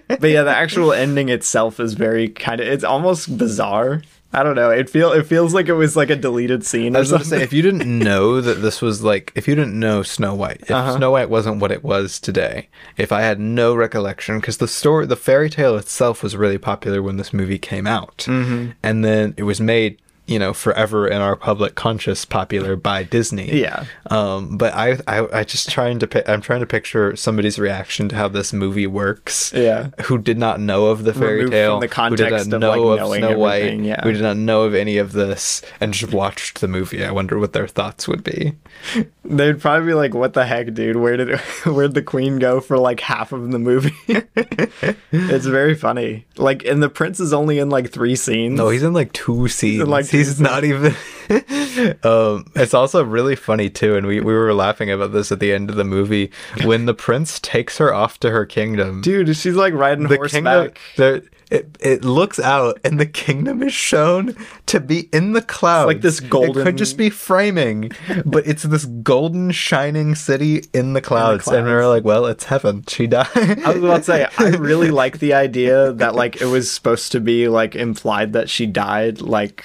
Speaker 2: but yeah, the actual ending itself is very kind of it's almost bizarre. I don't know. It feel it feels like it was like a deleted scene
Speaker 1: I
Speaker 2: or
Speaker 1: was going to
Speaker 2: something. Uh-huh.
Speaker 1: say, if you didn't know that this was like, if you didn't know Snow White, if Snow White wasn't what it was today, if I had no recollection, because the story, the fairy tale itself was really popular when this movie came out. Mm-hmm. And then it was made, you know, forever in our public conscious popular by Disney.
Speaker 2: Yeah.
Speaker 1: Um, but I, I, I just trying to, pi- I'm trying to picture somebody's reaction to how this movie works.
Speaker 2: Yeah.
Speaker 1: Who did not know of the fairy
Speaker 2: Removed from
Speaker 1: tale. who
Speaker 2: the
Speaker 1: did
Speaker 2: context
Speaker 1: not
Speaker 2: of, like,
Speaker 1: know of
Speaker 2: knowing
Speaker 1: Snow White.
Speaker 2: everything, yeah.
Speaker 1: Who did not know of any of this and just watched the movie, I wonder what their thoughts would be.
Speaker 2: They'd probably be like, "What the heck, dude? Where did where'd the queen go for like half of the movie?" it's very funny. Like, and the prince is only in like three scenes.
Speaker 1: No, he's in like two scenes.
Speaker 2: like, two
Speaker 1: he's not even. um, it's also really funny too, and we, we were laughing about this at the end of the movie when the prince takes her off to her kingdom.
Speaker 2: dude, she's like riding
Speaker 1: the kingdom,
Speaker 2: horseback.
Speaker 1: there, it it looks out, and the kingdom is shown to be in the clouds.
Speaker 2: like this
Speaker 1: It could
Speaker 2: golden-
Speaker 1: just be framing, but it's this golden shining city in the clouds, and we
Speaker 2: clouds.
Speaker 1: we're like, well, it's heaven. She died.
Speaker 2: I was about to say, I really like the idea that like it was supposed to be like implied that she died, like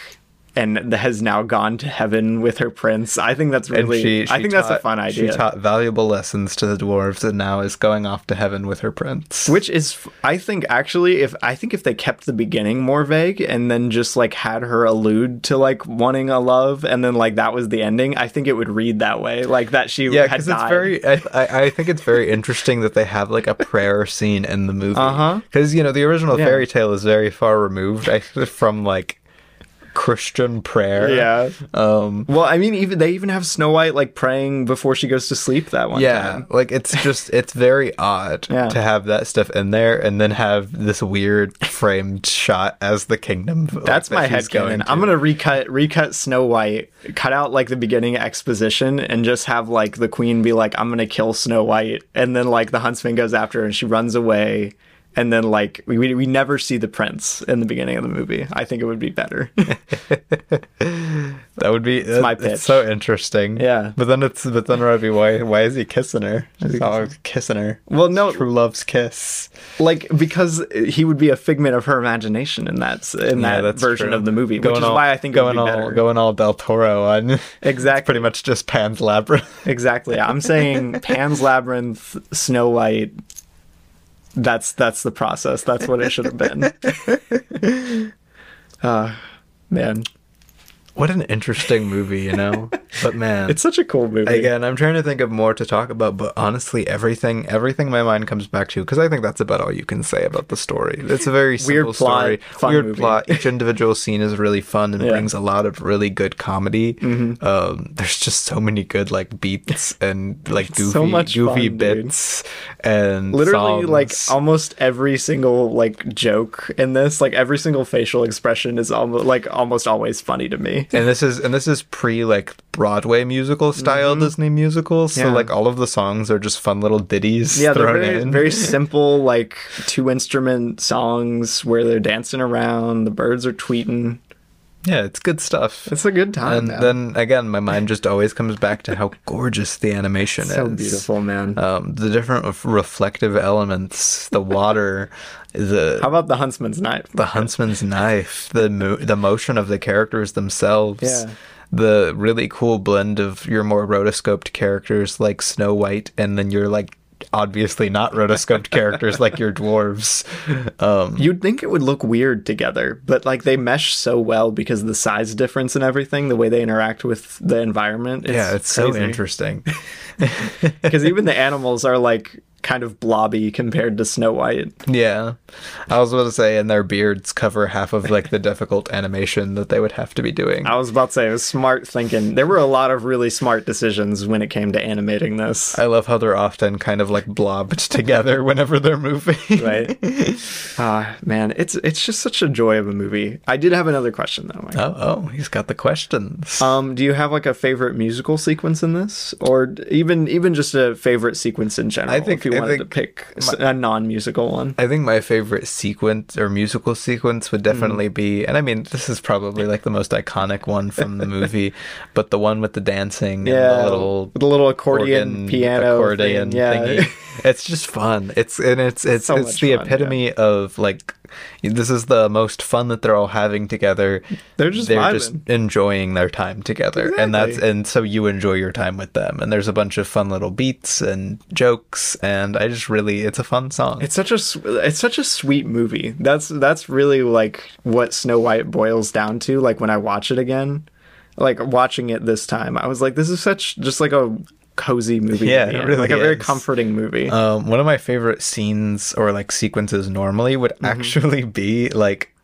Speaker 2: and th- has now gone to heaven with her prince. I think that's
Speaker 1: And
Speaker 2: really
Speaker 1: she,
Speaker 2: I
Speaker 1: she
Speaker 2: think that's a
Speaker 1: taught-
Speaker 2: fun idea.
Speaker 1: She taught valuable lessons to the dwarves, and now is going off to heaven with her prince.
Speaker 2: which is f- I think actually if I think if they kept the beginning more vague and then just like had her allude to like wanting a love and then like that was the ending, I think it would read that way, like that she
Speaker 1: yeah,
Speaker 2: had
Speaker 1: because it's
Speaker 2: died.
Speaker 1: very. I, I I think it's very interesting that they have like a prayer scene in the movie.
Speaker 2: Uh-huh.
Speaker 1: Because you know the original
Speaker 2: Yeah.
Speaker 1: fairy tale is very far removed I- from like Christian prayer.
Speaker 2: yeah.
Speaker 1: Um.
Speaker 2: Well, I mean, even they even have Snow White like praying before she goes to sleep that one
Speaker 1: Yeah.
Speaker 2: time.
Speaker 1: Like it's just it's very odd
Speaker 2: Yeah.
Speaker 1: to have that stuff in there and then have this weird framed shot as the kingdom. like,
Speaker 2: That's
Speaker 1: that
Speaker 2: my
Speaker 1: she's
Speaker 2: head going.
Speaker 1: to.
Speaker 2: I'm gonna recut recut Snow White, cut out like the beginning exposition, and just have like the queen be like, "I'm gonna kill Snow White," and then like the huntsman goes after her and she runs away, and then like we we, we never see the prince in the beginning of the movie. I think it would be better.
Speaker 1: That would be it's
Speaker 2: my pitch.
Speaker 1: so interesting.
Speaker 2: Yeah.
Speaker 1: But then it's but then Robbie, why why is he kissing her? Oh, kissing her.
Speaker 2: well, no,
Speaker 1: True love's kiss.
Speaker 2: like because he would be a figment of her imagination in that s- in
Speaker 1: Yeah,
Speaker 2: that
Speaker 1: that's
Speaker 2: version
Speaker 1: true.
Speaker 2: of the movie,
Speaker 1: Going
Speaker 2: which is
Speaker 1: all-
Speaker 2: why I think it would
Speaker 1: going
Speaker 2: be
Speaker 1: all
Speaker 2: better.
Speaker 1: going all Del Toro on. it's
Speaker 2: Exactly.
Speaker 1: pretty much just Pan's Labyrinth.
Speaker 2: Exactly. I'm saying Pan's Labyrinth, Snow White. That's that's the process. That's what it should have Uh, been. Uh, man,
Speaker 1: What an interesting movie, you know. But man,
Speaker 2: It's such a cool movie.
Speaker 1: again, I'm trying to think of more to talk about, but honestly, everything everything my mind comes back to because I think that's about all you can say about the story. It's a very simple
Speaker 2: plot,
Speaker 1: story,
Speaker 2: fun
Speaker 1: weird
Speaker 2: movie.
Speaker 1: plot. Each individual scene is really fun and
Speaker 2: Yeah. Mm-hmm.
Speaker 1: brings a lot of really good comedy. Um, there's just so many good like beats and like goofy
Speaker 2: so much
Speaker 1: goofy
Speaker 2: fun, dude.
Speaker 1: bits and
Speaker 2: Literally, like
Speaker 1: songs.
Speaker 2: almost every single like joke in this, like every single facial expression is almost like almost always funny to me.
Speaker 1: and this is and this is pre like Broadway musical style Disney musical, so
Speaker 2: Mm-hmm. Yeah.
Speaker 1: like all of the songs are just fun little ditties
Speaker 2: Yeah, they're
Speaker 1: thrown
Speaker 2: very,
Speaker 1: in.
Speaker 2: very simple, like two instrument songs where they're dancing around, the birds are tweeting.
Speaker 1: yeah, it's good stuff.
Speaker 2: It's a good time.
Speaker 1: and
Speaker 2: man.
Speaker 1: then again, my mind just always comes back to how gorgeous the animation
Speaker 2: so
Speaker 1: is.
Speaker 2: beautiful, man.
Speaker 1: Um, the different ref- reflective elements, the water, the
Speaker 2: How about the huntsman's knife?
Speaker 1: the huntsman's knife, the mo- the motion of the characters themselves,
Speaker 2: Yeah.
Speaker 1: the really cool blend of your more rotoscoped characters like Snow White, and then your like obviously not rotoscoped characters like your dwarves. Um,
Speaker 2: You'd think it would look weird together, but like they mesh so well because of the size difference and everything, the way they interact with the environment. It's
Speaker 1: yeah, it's so interesting.
Speaker 2: Because even the animals are like kind of blobby compared to Snow White.
Speaker 1: Yeah, I was about to say, and their beards cover half of like the difficult animation that they would have to be doing.
Speaker 2: I was about to say it was smart thinking. There were a lot of really smart decisions when it came to animating this.
Speaker 1: I love how they're often kind of like blobbed together whenever they're moving.
Speaker 2: Right. Ah, man, it's it's just such a joy of a movie. I did have another question though. Mike.
Speaker 1: Oh, oh, he's got the questions.
Speaker 2: Um, do you have like a favorite musical sequence in this, or d- even even just a favorite sequence in general?
Speaker 1: I think-
Speaker 2: if you
Speaker 1: I
Speaker 2: wanted to
Speaker 1: think
Speaker 2: pick s- a non-musical one,
Speaker 1: I think my favorite sequence or musical sequence
Speaker 2: Hmm.
Speaker 1: would definitely be, and I mean, this is probably like the most iconic one from the movie, but the one with the dancing and the little
Speaker 2: with the little accordion
Speaker 1: organ
Speaker 2: piano
Speaker 1: accordion
Speaker 2: thing. yeah.
Speaker 1: thingy. It's just fun. It's and it's it's
Speaker 2: So
Speaker 1: it's
Speaker 2: much
Speaker 1: the
Speaker 2: fun,
Speaker 1: epitome of like this is the most fun that they're all having together.
Speaker 2: They're just
Speaker 1: they're
Speaker 2: vibing.
Speaker 1: just enjoying their time together, and that's
Speaker 2: Exactly.
Speaker 1: and so you enjoy your time with them. And there's a bunch of fun little beats and jokes, and I just really it's a fun song.
Speaker 2: It's such a s- it's such a sweet movie. That's that's really like what Snow White boils down to. Like when I watch it again, like watching it this time, I was like, this is such just like a cozy movie.
Speaker 1: Yeah,
Speaker 2: at the
Speaker 1: it
Speaker 2: end.
Speaker 1: really
Speaker 2: like a very
Speaker 1: is.
Speaker 2: comforting movie.
Speaker 1: Um, one of my favorite scenes or like sequences normally would actually be like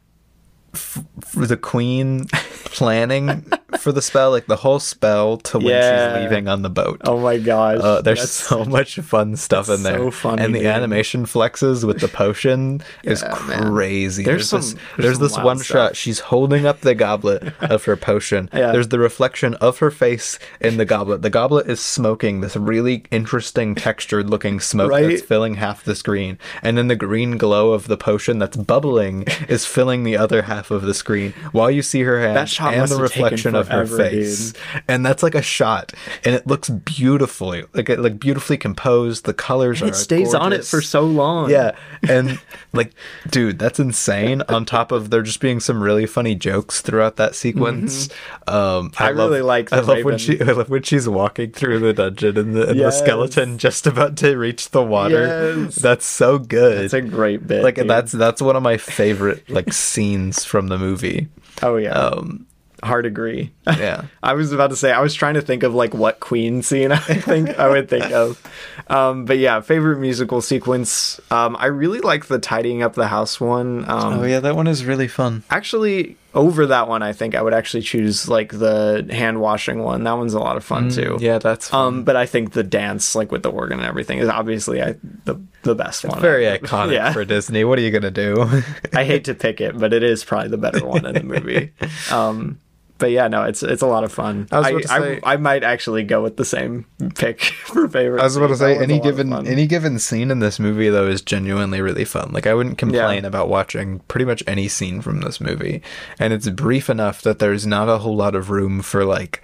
Speaker 1: f- f- the queen planning for the spell, like the whole spell to when
Speaker 2: Yeah.
Speaker 1: she's leaving on the boat.
Speaker 2: oh my gosh,
Speaker 1: Uh, there's
Speaker 2: That's-
Speaker 1: so much fun stuff in there,
Speaker 2: so funny,
Speaker 1: and the
Speaker 2: dude.
Speaker 1: animation flexes with the potion is
Speaker 2: Yeah, man.
Speaker 1: crazy.
Speaker 2: There's
Speaker 1: this,
Speaker 2: some- there's
Speaker 1: there's
Speaker 2: some
Speaker 1: this
Speaker 2: wild
Speaker 1: one
Speaker 2: stuff.
Speaker 1: shot. She's holding up the goblet of her potion.
Speaker 2: Yeah.
Speaker 1: There's the reflection of her face in the goblet. The goblet is smoking this really interesting textured looking smoke
Speaker 2: Right?
Speaker 1: that's filling half the screen, and then the green glow of the potion that's bubbling is filling the other half of the screen. While you see her hand
Speaker 2: That shot
Speaker 1: and
Speaker 2: must
Speaker 1: the
Speaker 2: have taken
Speaker 1: reflection of her
Speaker 2: forever, dude.
Speaker 1: face and that's like a shot and it looks beautifully like it like beautifully composed the colors are
Speaker 2: it stays on it
Speaker 1: gorgeous.
Speaker 2: for so long.
Speaker 1: yeah and like dude that's insane on top of there just being some really funny jokes throughout that sequence um i,
Speaker 2: Mm-hmm. I
Speaker 1: love-
Speaker 2: really like
Speaker 1: i
Speaker 2: the
Speaker 1: love when
Speaker 2: Raven.
Speaker 1: she i love when she's walking through the dungeon and the, and
Speaker 2: Yes.
Speaker 1: the skeleton just about to reach the water
Speaker 2: Yes.
Speaker 1: that's so good
Speaker 2: It's a great bit.
Speaker 1: like
Speaker 2: dude.
Speaker 1: that's that's one of my favorite like scenes from the movie
Speaker 2: oh yeah,
Speaker 1: um
Speaker 2: hard agree.
Speaker 1: yeah
Speaker 2: I was about to say I was trying to think of like what Queen scene I think I would think of, um, but yeah, favorite musical sequence. Um, I really like the tidying up the house one. Um,
Speaker 1: Oh, yeah that one is really fun
Speaker 2: Actually, over that one, I think I would actually choose like the hand washing one. That one's a lot of fun too.
Speaker 1: Mm, Yeah, that's fun.
Speaker 2: Um, but I think the dance, like with the organ and everything, is obviously I, the the best one.
Speaker 1: very iconic
Speaker 2: Yeah.
Speaker 1: for Disney. What are you gonna do?
Speaker 2: I hate to pick it, but it is probably the better one in the movie. Um, but yeah, no, it's it's a lot of fun. I
Speaker 1: was about to
Speaker 2: I,
Speaker 1: say-
Speaker 2: I might actually go with the same pick for favorite.
Speaker 1: I was about to
Speaker 2: scene. That
Speaker 1: say
Speaker 2: one's a
Speaker 1: any
Speaker 2: lot of
Speaker 1: given
Speaker 2: fun.
Speaker 1: any given scene in this movie though is genuinely really fun. Like I wouldn't complain about watching pretty much any scene from this movie, and it's brief enough that there's not a whole lot of room for like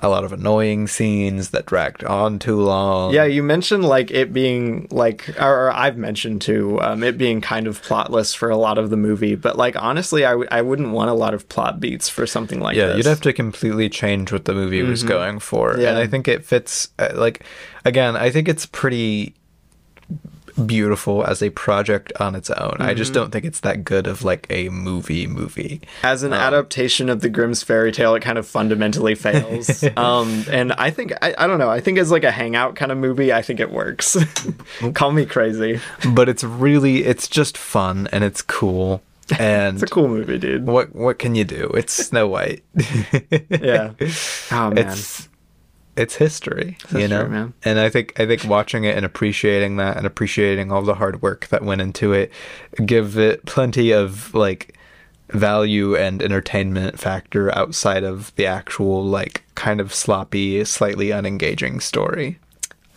Speaker 1: a lot of annoying scenes that dragged on too long.
Speaker 2: Yeah, you mentioned like it being like, or, or I've mentioned too, um, it being kind of plotless for a lot of the movie. But like honestly, I w- I wouldn't want a lot of plot beats for something like
Speaker 1: Yeah,
Speaker 2: this.
Speaker 1: you'd have to completely change what the movie was going for.
Speaker 2: Mm-hmm. Yeah.
Speaker 1: And I think it fits, uh, like, again, I think it's pretty beautiful as a project on its own. I
Speaker 2: Mm-hmm.
Speaker 1: just don't think it's that good of like a movie movie.
Speaker 2: as
Speaker 1: Um,
Speaker 2: an adaptation of the Grimm's fairy tale, it kind of fundamentally fails. um, and I think I, I don't know. I think as like a hangout kind of movie, I think it works. Call me crazy.
Speaker 1: But it's really it's just fun and it's cool. And
Speaker 2: It's a cool movie, dude.
Speaker 1: what what can you do? It's Snow White.
Speaker 2: Yeah. Oh man.
Speaker 1: it's it's history, you
Speaker 2: history,
Speaker 1: know.
Speaker 2: man.
Speaker 1: And I think I think watching it and appreciating that and appreciating all the hard work that went into it give it plenty of like value and entertainment factor outside of the actual like kind of sloppy, slightly unengaging story.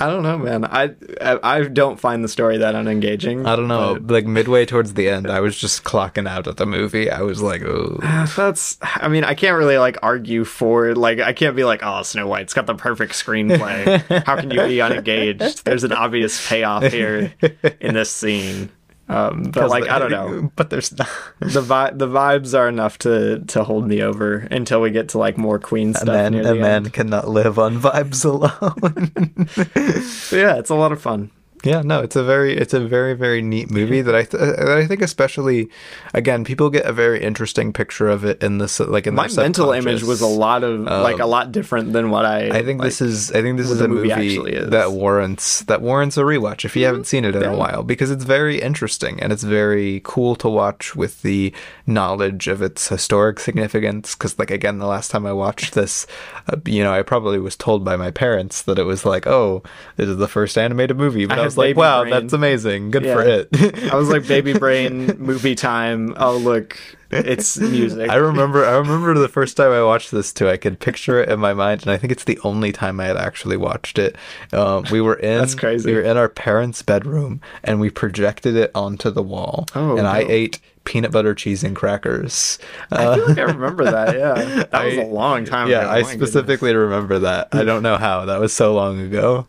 Speaker 2: I don't know, man. I, I I don't find the story that unengaging.
Speaker 1: I don't know, like midway towards the end, I was just clocking out at the movie. I was like, "Ooh,
Speaker 2: That's. I mean, I can't really like argue for like I can't be like, oh, Snow White's got the perfect screenplay. How can you be unengaged? There's an obvious payoff here in this scene. Um, but like I don't know.
Speaker 1: but there's not.
Speaker 2: The vi- the vibes are enough to to hold me over until we get to like more Queen stuff.
Speaker 1: Man,
Speaker 2: near
Speaker 1: a
Speaker 2: the
Speaker 1: man
Speaker 2: end.
Speaker 1: cannot live on vibes alone.
Speaker 2: But yeah, it's a lot of fun.
Speaker 1: Yeah, no, it's a very it's a very very
Speaker 2: Mm-hmm.
Speaker 1: neat movie that I th- that I think especially again people get a very interesting picture of it in this like in
Speaker 2: My
Speaker 1: their
Speaker 2: mental image was a
Speaker 1: subconscious.
Speaker 2: lot of like a lot different than what I.
Speaker 1: Um, I think
Speaker 2: like,
Speaker 1: this is I think this is
Speaker 2: the
Speaker 1: a
Speaker 2: movie
Speaker 1: movie,
Speaker 2: actually is.
Speaker 1: that warrants that warrants a rewatch if you haven't seen it in
Speaker 2: Yeah.
Speaker 1: a while because it's very interesting and it's very cool to watch with the knowledge of its historic significance because like again the last time I watched this uh, you know I probably was told by my parents that it was like oh this is the first animated movie but I,
Speaker 2: I had
Speaker 1: was like
Speaker 2: baby
Speaker 1: wow
Speaker 2: brain.
Speaker 1: that's amazing good for
Speaker 2: Yeah.
Speaker 1: it
Speaker 2: I was like baby brain movie time. Oh look, it's music.
Speaker 1: I remember I remember the first time I watched this too. I could picture it in my mind, and I think it's the only time I had actually watched it. Um, we were in
Speaker 2: That's crazy.
Speaker 1: We were in our parents' bedroom, and we projected it onto the wall.
Speaker 2: Oh,
Speaker 1: and I
Speaker 2: dope.
Speaker 1: ate peanut butter cheese and crackers.
Speaker 2: I feel like I remember that. Yeah, that was a
Speaker 1: I-
Speaker 2: long time ago.
Speaker 1: Uh,
Speaker 2: Oh
Speaker 1: yeah, I
Speaker 2: My goodness.
Speaker 1: specifically remember that. I don't know how that was so long ago.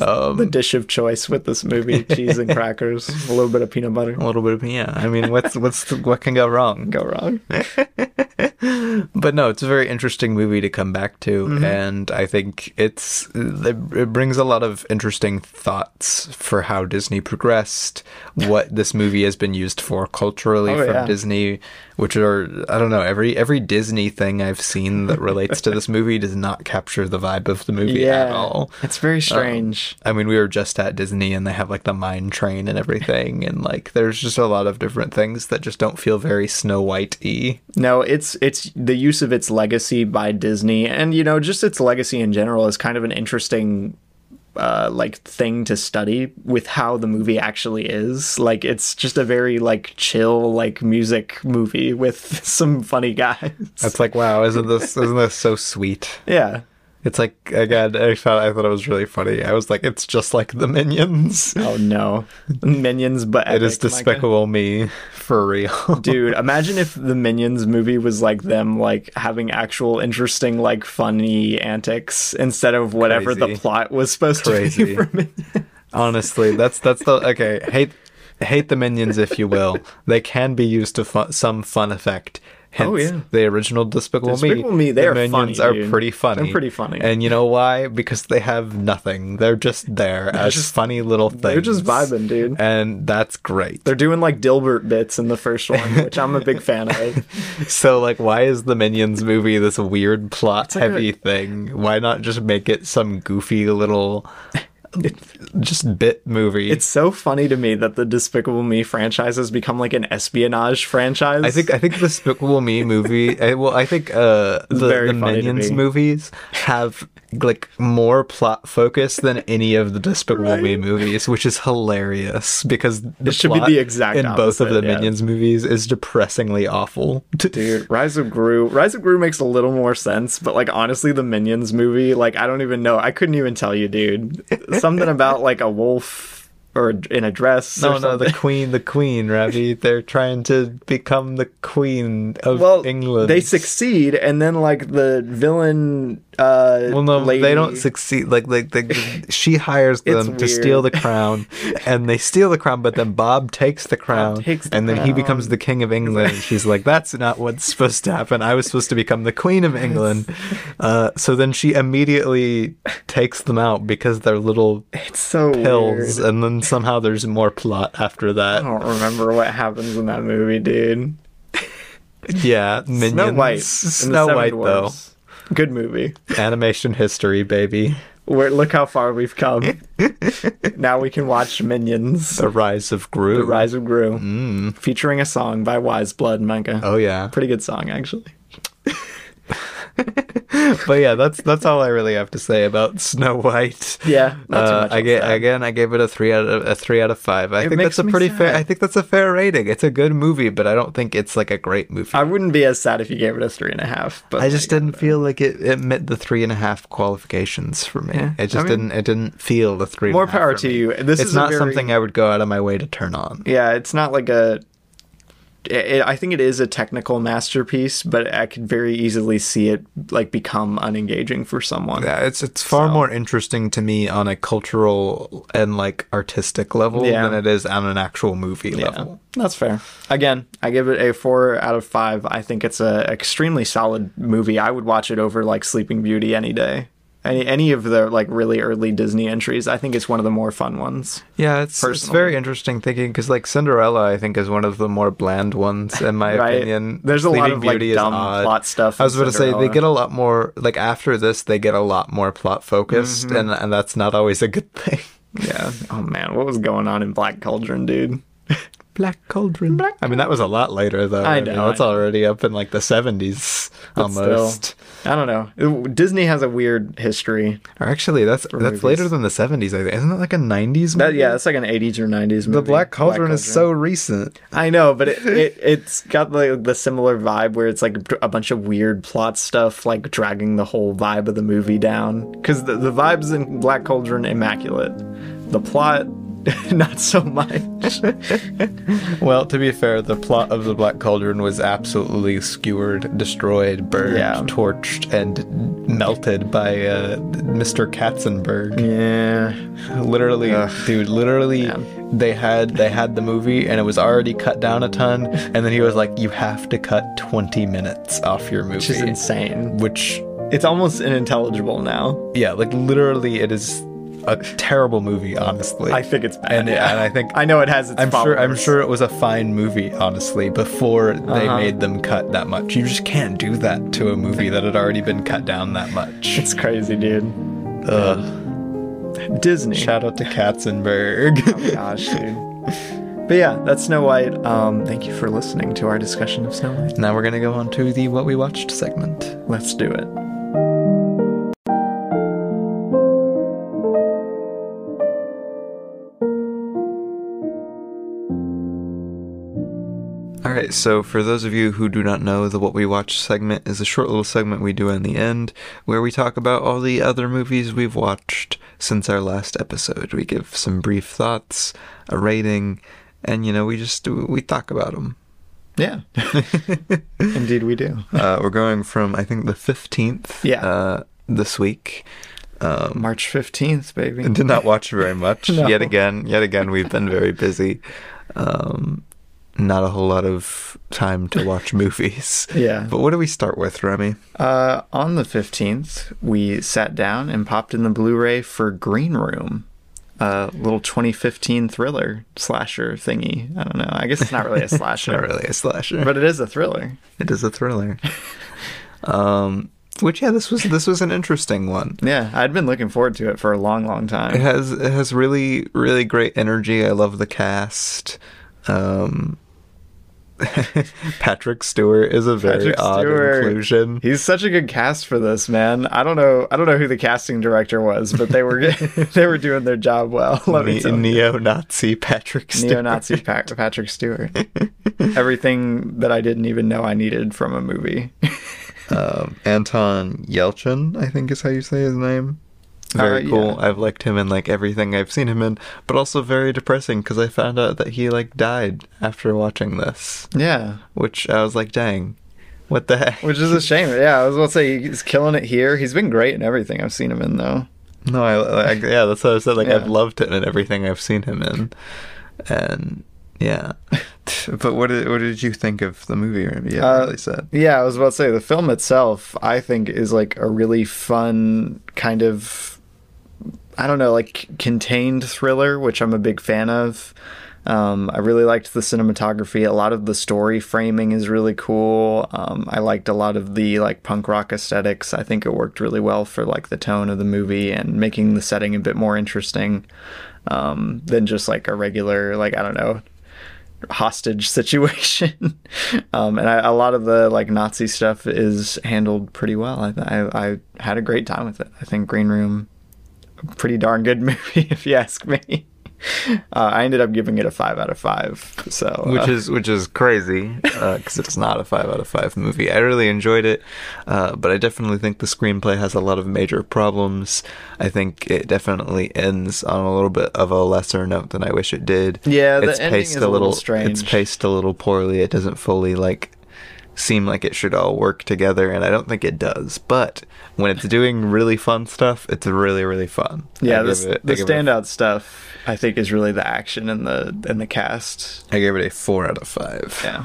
Speaker 1: Um,
Speaker 2: the dish of choice with this movie: cheese and crackers, a little bit of peanut butter.
Speaker 1: A little bit of yeah. I mean, what's what's what can go wrong?
Speaker 2: Go wrong.
Speaker 1: but no, it's a very interesting movie to come back to,
Speaker 2: Mm-hmm.
Speaker 1: and I think it's it, it brings a lot of interesting thoughts for how Disney progressed, what this movie has been used for culturally
Speaker 2: Oh,
Speaker 1: from
Speaker 2: yeah.
Speaker 1: Disney, which are I don't know every every Disney thing I've seen that relates to this movie does not capture the vibe of the movie
Speaker 2: Yeah,
Speaker 1: at all. Um,
Speaker 2: it's very strange.
Speaker 1: I mean, we were just at Disney and they have like the mine train and everything, and like there's just a lot of different things that just don't feel very Snow White y.
Speaker 2: No, it's it's the use of its legacy by Disney, and you know, just its legacy in general is kind of an interesting. Uh, like thing to study with how the movie actually is like it's just a very like chill like music movie with some funny guys
Speaker 1: It's like, wow, isn't this isn't this so sweet?
Speaker 2: yeah
Speaker 1: It's like again, I thought I thought it was really funny. I was like, it's just like the minions.
Speaker 2: oh no minions but
Speaker 1: It is
Speaker 2: epic, my God.
Speaker 1: despicable me for real.
Speaker 2: Dude, imagine if the Minions movie was like them like having actual interesting like funny antics instead of whatever the
Speaker 1: Crazy.
Speaker 2: plot was supposed to be
Speaker 1: Crazy.
Speaker 2: for Minions.
Speaker 1: Honestly, that's that's the okay. Hate hate the minions if you will. They can be used to fu- some fun effect. Hence,
Speaker 2: Oh, yeah.
Speaker 1: the original Despicable,
Speaker 2: Despicable
Speaker 1: Me.
Speaker 2: Me, they
Speaker 1: the
Speaker 2: are
Speaker 1: minions
Speaker 2: funny,
Speaker 1: are
Speaker 2: dude.
Speaker 1: pretty funny.
Speaker 2: They're pretty funny.
Speaker 1: and you know why? Because they have nothing. They're just there as funny little things.
Speaker 2: They're just vibing, dude.
Speaker 1: and that's great.
Speaker 2: They're doing like Dilbert bits in the first one, which I'm a big fan of.
Speaker 1: So like why is the Minions movie this weird plot heavy thing? Why not just make it some goofy little just bit movie?
Speaker 2: It's so funny to me that the Despicable Me franchise has become like an espionage franchise.
Speaker 1: I think I think the Despicable Me movie. I, well, I think uh, the,
Speaker 2: very
Speaker 1: the
Speaker 2: funny to
Speaker 1: Minions
Speaker 2: me.
Speaker 1: movies have like more plot focus than any of the Despicable Me movies, which is hilarious because the
Speaker 2: should be
Speaker 1: plot
Speaker 2: the exact
Speaker 1: in both of
Speaker 2: opposite,
Speaker 1: the
Speaker 2: yeah.
Speaker 1: Minions movies is depressingly awful.
Speaker 2: Dude, Rise of Gru. Rise of Gru makes a little more sense, but like honestly, the Minions movie, like I don't even know. I couldn't even tell you, dude. Something about like a wolf or in a dress.
Speaker 1: No,
Speaker 2: or
Speaker 1: no, the
Speaker 2: something.
Speaker 1: queen, the queen, Ravi. They're trying to become the queen of
Speaker 2: well,
Speaker 1: England.
Speaker 2: they succeed, and then like the villain uh,
Speaker 1: Well, no,
Speaker 2: lady.
Speaker 1: they don't succeed. Like, like they, she hires
Speaker 2: It's
Speaker 1: them to steal the
Speaker 2: weird.
Speaker 1: crown, and they steal the crown. But then Bob takes the crown,
Speaker 2: takes the
Speaker 1: and then he becomes
Speaker 2: crown.
Speaker 1: the king of England. And she's like, "That's not what's supposed to happen. I was supposed to become the queen of England." Uh, so then she immediately takes them out because they're little
Speaker 2: It's so
Speaker 1: pills,
Speaker 2: weird.
Speaker 1: and then somehow there's more plot after that.
Speaker 2: I don't remember what happens in that movie, dude.
Speaker 1: Yeah, minions.
Speaker 2: Snow White. and the
Speaker 1: Snow
Speaker 2: Seven
Speaker 1: White,
Speaker 2: Dwarfs. Good movie.
Speaker 1: though. Animation history, baby.
Speaker 2: Where look how far we've come. now we can watch Minions:
Speaker 1: The rise of Gru.
Speaker 2: The Rise of Gru, featuring a song by Wise Blood Micah.
Speaker 1: Mm. Oh yeah.
Speaker 2: Pretty good song actually.
Speaker 1: but yeah, that's that's all I really have to say about Snow White.
Speaker 2: Yeah, not too
Speaker 1: Uh,
Speaker 2: much
Speaker 1: I
Speaker 2: else
Speaker 1: ga-
Speaker 2: to add.
Speaker 1: again, I gave it a three out of a three out of five. I think
Speaker 2: makes
Speaker 1: that's a
Speaker 2: me
Speaker 1: pretty fair.
Speaker 2: sad.
Speaker 1: I think that's a fair rating. It's a good movie, but I don't think it's like a great movie. I,
Speaker 2: I wouldn't be as sad if you gave it a three and a half, but
Speaker 1: just
Speaker 2: like,
Speaker 1: didn't feel like it, it met the three and a half qualifications for me.
Speaker 2: Yeah,
Speaker 1: It just
Speaker 2: I mean-
Speaker 1: didn't. It didn't feel the three. and
Speaker 2: More
Speaker 1: a half
Speaker 2: power
Speaker 1: for
Speaker 2: to
Speaker 1: me.
Speaker 2: you. This
Speaker 1: it's
Speaker 2: is a
Speaker 1: not
Speaker 2: very-
Speaker 1: something I would go out of my way to turn on.
Speaker 2: yeah, it's not like a. It, I think it is a technical masterpiece, but I could very easily see it like become unengaging for someone.
Speaker 1: Yeah, it's it's far
Speaker 2: So-
Speaker 1: more interesting to me on a cultural and like artistic level
Speaker 2: Yeah.
Speaker 1: than it is on an actual movie
Speaker 2: Yeah,
Speaker 1: level.
Speaker 2: that's fair. Again, I give it a four out of five. I think it's a extremely solid movie. I would watch it over like Sleeping Beauty any day. Any any of the like really early Disney entries. I think it's one of the more fun ones.
Speaker 1: Yeah, it's it's
Speaker 2: Personally.
Speaker 1: very interesting thinking because like Cinderella, I think is one of the more bland ones in my
Speaker 2: Right.
Speaker 1: opinion.
Speaker 2: There's a lot
Speaker 1: Sleeping
Speaker 2: of, like,
Speaker 1: is
Speaker 2: dumb
Speaker 1: odd.
Speaker 2: plot stuff
Speaker 1: I
Speaker 2: in
Speaker 1: was about to say
Speaker 2: Cinderella.
Speaker 1: they get a lot more like after this they get a lot more plot focused
Speaker 2: Mm-hmm.
Speaker 1: and and that's not always a good thing.
Speaker 2: Yeah. Oh man, what was going on in Black Cauldron, dude?
Speaker 1: Black Cauldron. I mean that was a lot later though.
Speaker 2: I
Speaker 1: mean,
Speaker 2: know,
Speaker 1: it's
Speaker 2: I know.
Speaker 1: already up in like the 70s almost.
Speaker 2: Still, I don't know. It- Disney has a weird history.
Speaker 1: Or actually, that's that's
Speaker 2: movies.
Speaker 1: later than the seventies. I think isn't that like a nineties?
Speaker 2: That yeah, it's like an 80s or 90s movie.
Speaker 1: the Black Cauldron, is so recent.
Speaker 2: I know, but it, it it's got like the similar vibe where it's like a bunch of weird plot stuff, like dragging the whole vibe of the movie down. Because the the vibes in Black Cauldron immaculate, the plot not so much.
Speaker 1: Well, to be fair, the plot of the Black Cauldron was absolutely skewered, destroyed, burned,
Speaker 2: Yeah.
Speaker 1: torched, and melted by uh, Mr. Katzenberg.
Speaker 2: yeah,
Speaker 1: Literally, dude, literally, they had they had the movie, and it was already cut down a ton. And then he was like, "You have to cut twenty minutes off your movie,"
Speaker 2: which is insane.
Speaker 1: which
Speaker 2: It's almost unintelligible now.
Speaker 1: Yeah, like literally, it is a terrible movie. Honestly,
Speaker 2: I think it's bad.
Speaker 1: and,
Speaker 2: yeah.
Speaker 1: and I think
Speaker 2: I know it Uh-huh. has its
Speaker 1: I'm sure I'm
Speaker 2: followers.
Speaker 1: sure it was a fine movie. Honestly, before they made them cut that much, you just can't do that to a movie that had already been cut down that much.
Speaker 2: It's crazy, dude.
Speaker 1: Ugh.
Speaker 2: Disney.
Speaker 1: Shout out Oh, to Katzenberg.
Speaker 2: Gosh, dude. But yeah, that's Snow White. Um, thank you for listening to our discussion of Snow White.
Speaker 1: now we're gonna go on to the what we watched segment.
Speaker 2: Let's do it.
Speaker 1: All right, so for those of you who do not know, the What We Watch segment is a short little segment we do in the end where we talk about all the other movies we've watched since our last episode. We give some brief thoughts, a rating, and you know, we just we talk about them.
Speaker 2: Yeah. Indeed, we do.
Speaker 1: Uh, we're going from I think the 15th
Speaker 2: Yeah.
Speaker 1: uh, this week. Um,
Speaker 2: Uh, March 15th, baby.
Speaker 1: and did not watch very much
Speaker 2: No.
Speaker 1: yet again yet again we've been very busy um not a whole lot of time to watch movies
Speaker 2: Yeah.
Speaker 1: but what do we start with remy
Speaker 2: Uh, on the 15th, we sat down and popped in the Blu ray for Green Room, a little 2015 thriller slasher thingy. I don't know. I guess it's not really a
Speaker 1: it's
Speaker 2: slasher,
Speaker 1: not really a slasher
Speaker 2: but it is a thriller.
Speaker 1: it is a thriller um which yeah this was this was an interesting one
Speaker 2: Yeah, I'd been looking forward to it for a long, long
Speaker 1: it
Speaker 2: time.
Speaker 1: has it has really really great energy i love the cast um Patrick Stewart is a very
Speaker 2: Patrick
Speaker 1: odd
Speaker 2: Stewart.
Speaker 1: inclusion.
Speaker 2: He's such a good cast for this, man. I don't know. I don't know who the casting director was, but they were they were doing their job well. Let me tell you.
Speaker 1: Neo-Nazi Patrick Stewart.
Speaker 2: Neo-Nazi pa- Patrick Stewart. Everything that I didn't even know I needed from a movie.
Speaker 1: um, Anton Yelchin, I think is how you say his name. Very
Speaker 2: Uh,
Speaker 1: cool. I've liked him in like everything I've seen him in, but also very depressing because I found out that he like died after watching this,
Speaker 2: yeah,
Speaker 1: which I was like, dang, What the heck?
Speaker 2: Which is a shame. Yeah, I was about to say he's killing it here. He's been great in everything I've seen him in, though.
Speaker 1: No, I, I yeah, that's what I said. Like
Speaker 2: Yeah.
Speaker 1: I've loved him in everything I've seen him in, and yeah. but what did what did you think of the movie, Remy? Yeah,
Speaker 2: Uh,
Speaker 1: really said.
Speaker 2: Yeah, I was about to say the film itself, I think, is like a really fun kind of, I don't know, like contained thriller, which I'm a big fan of. Um, I really liked the cinematography. A lot of the story framing is really cool. Um, I liked a lot of the like punk rock aesthetics. I think it worked really well for like the tone of the movie and making the setting a bit more interesting um, than just like a regular like I don't know hostage situation. um, and I, a lot of the like Nazi stuff is handled pretty well. I, I I had a great time with it. I think Green Room, a pretty darn good movie if you ask me. Uh, I ended up giving it a five out of five. So uh,
Speaker 1: which is which is crazy because it's not a five out of five movie. I really enjoyed it, uh, but I definitely think the screenplay has a lot of major problems. I think it definitely ends on a little bit of a lesser note than I wish it did.
Speaker 2: Yeah, the ending is a little strange.
Speaker 1: It's paced a little poorly. It doesn't fully like seem like it should all work together, and I don't think it does. But when it's doing really fun stuff, it's really really fun.
Speaker 2: yeah,
Speaker 1: I
Speaker 2: the,
Speaker 1: give it- I
Speaker 2: the
Speaker 1: give it a-
Speaker 2: standout stuff I think is really the action and the and the cast.
Speaker 1: I gave it a four out of five.
Speaker 2: Yeah.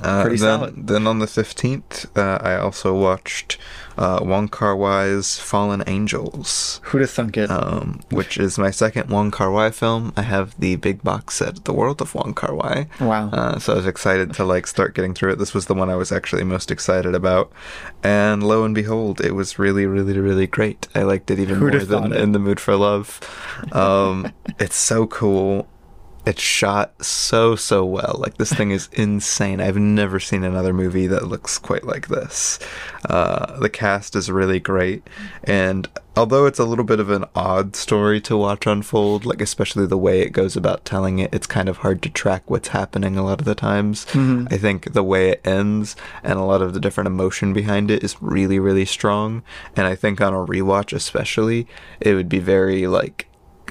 Speaker 1: Uh,
Speaker 2: Pretty
Speaker 1: then,
Speaker 2: solid.
Speaker 1: Then on the fifteenth, uh, I also watched uh, Wong Kar Wai's Fallen Angels,
Speaker 2: Who'd have thunk it?
Speaker 1: um, which is my second Wong Kar Wai film. I have the big box set, The World of Wong Kar Wai.
Speaker 2: Wow.
Speaker 1: Uh, so I was excited to like start getting through it. This was the one I was actually most excited about, and lo and behold, it was really, really, really great. I liked it even
Speaker 2: Who'd
Speaker 1: more
Speaker 2: have
Speaker 1: than
Speaker 2: thought it?
Speaker 1: In the Mood for Love. Um, it's so cool it's shot so so well like this thing is insane i've never seen another movie that looks quite like this uh, the cast is really great and although it's a little bit of an odd story to watch unfold like especially the way it goes about telling it it's kind of hard to track what's happening a lot of the times i think the way it ends and a lot of the different emotion behind it is really really strong and i think on a rewatch especially it would be very like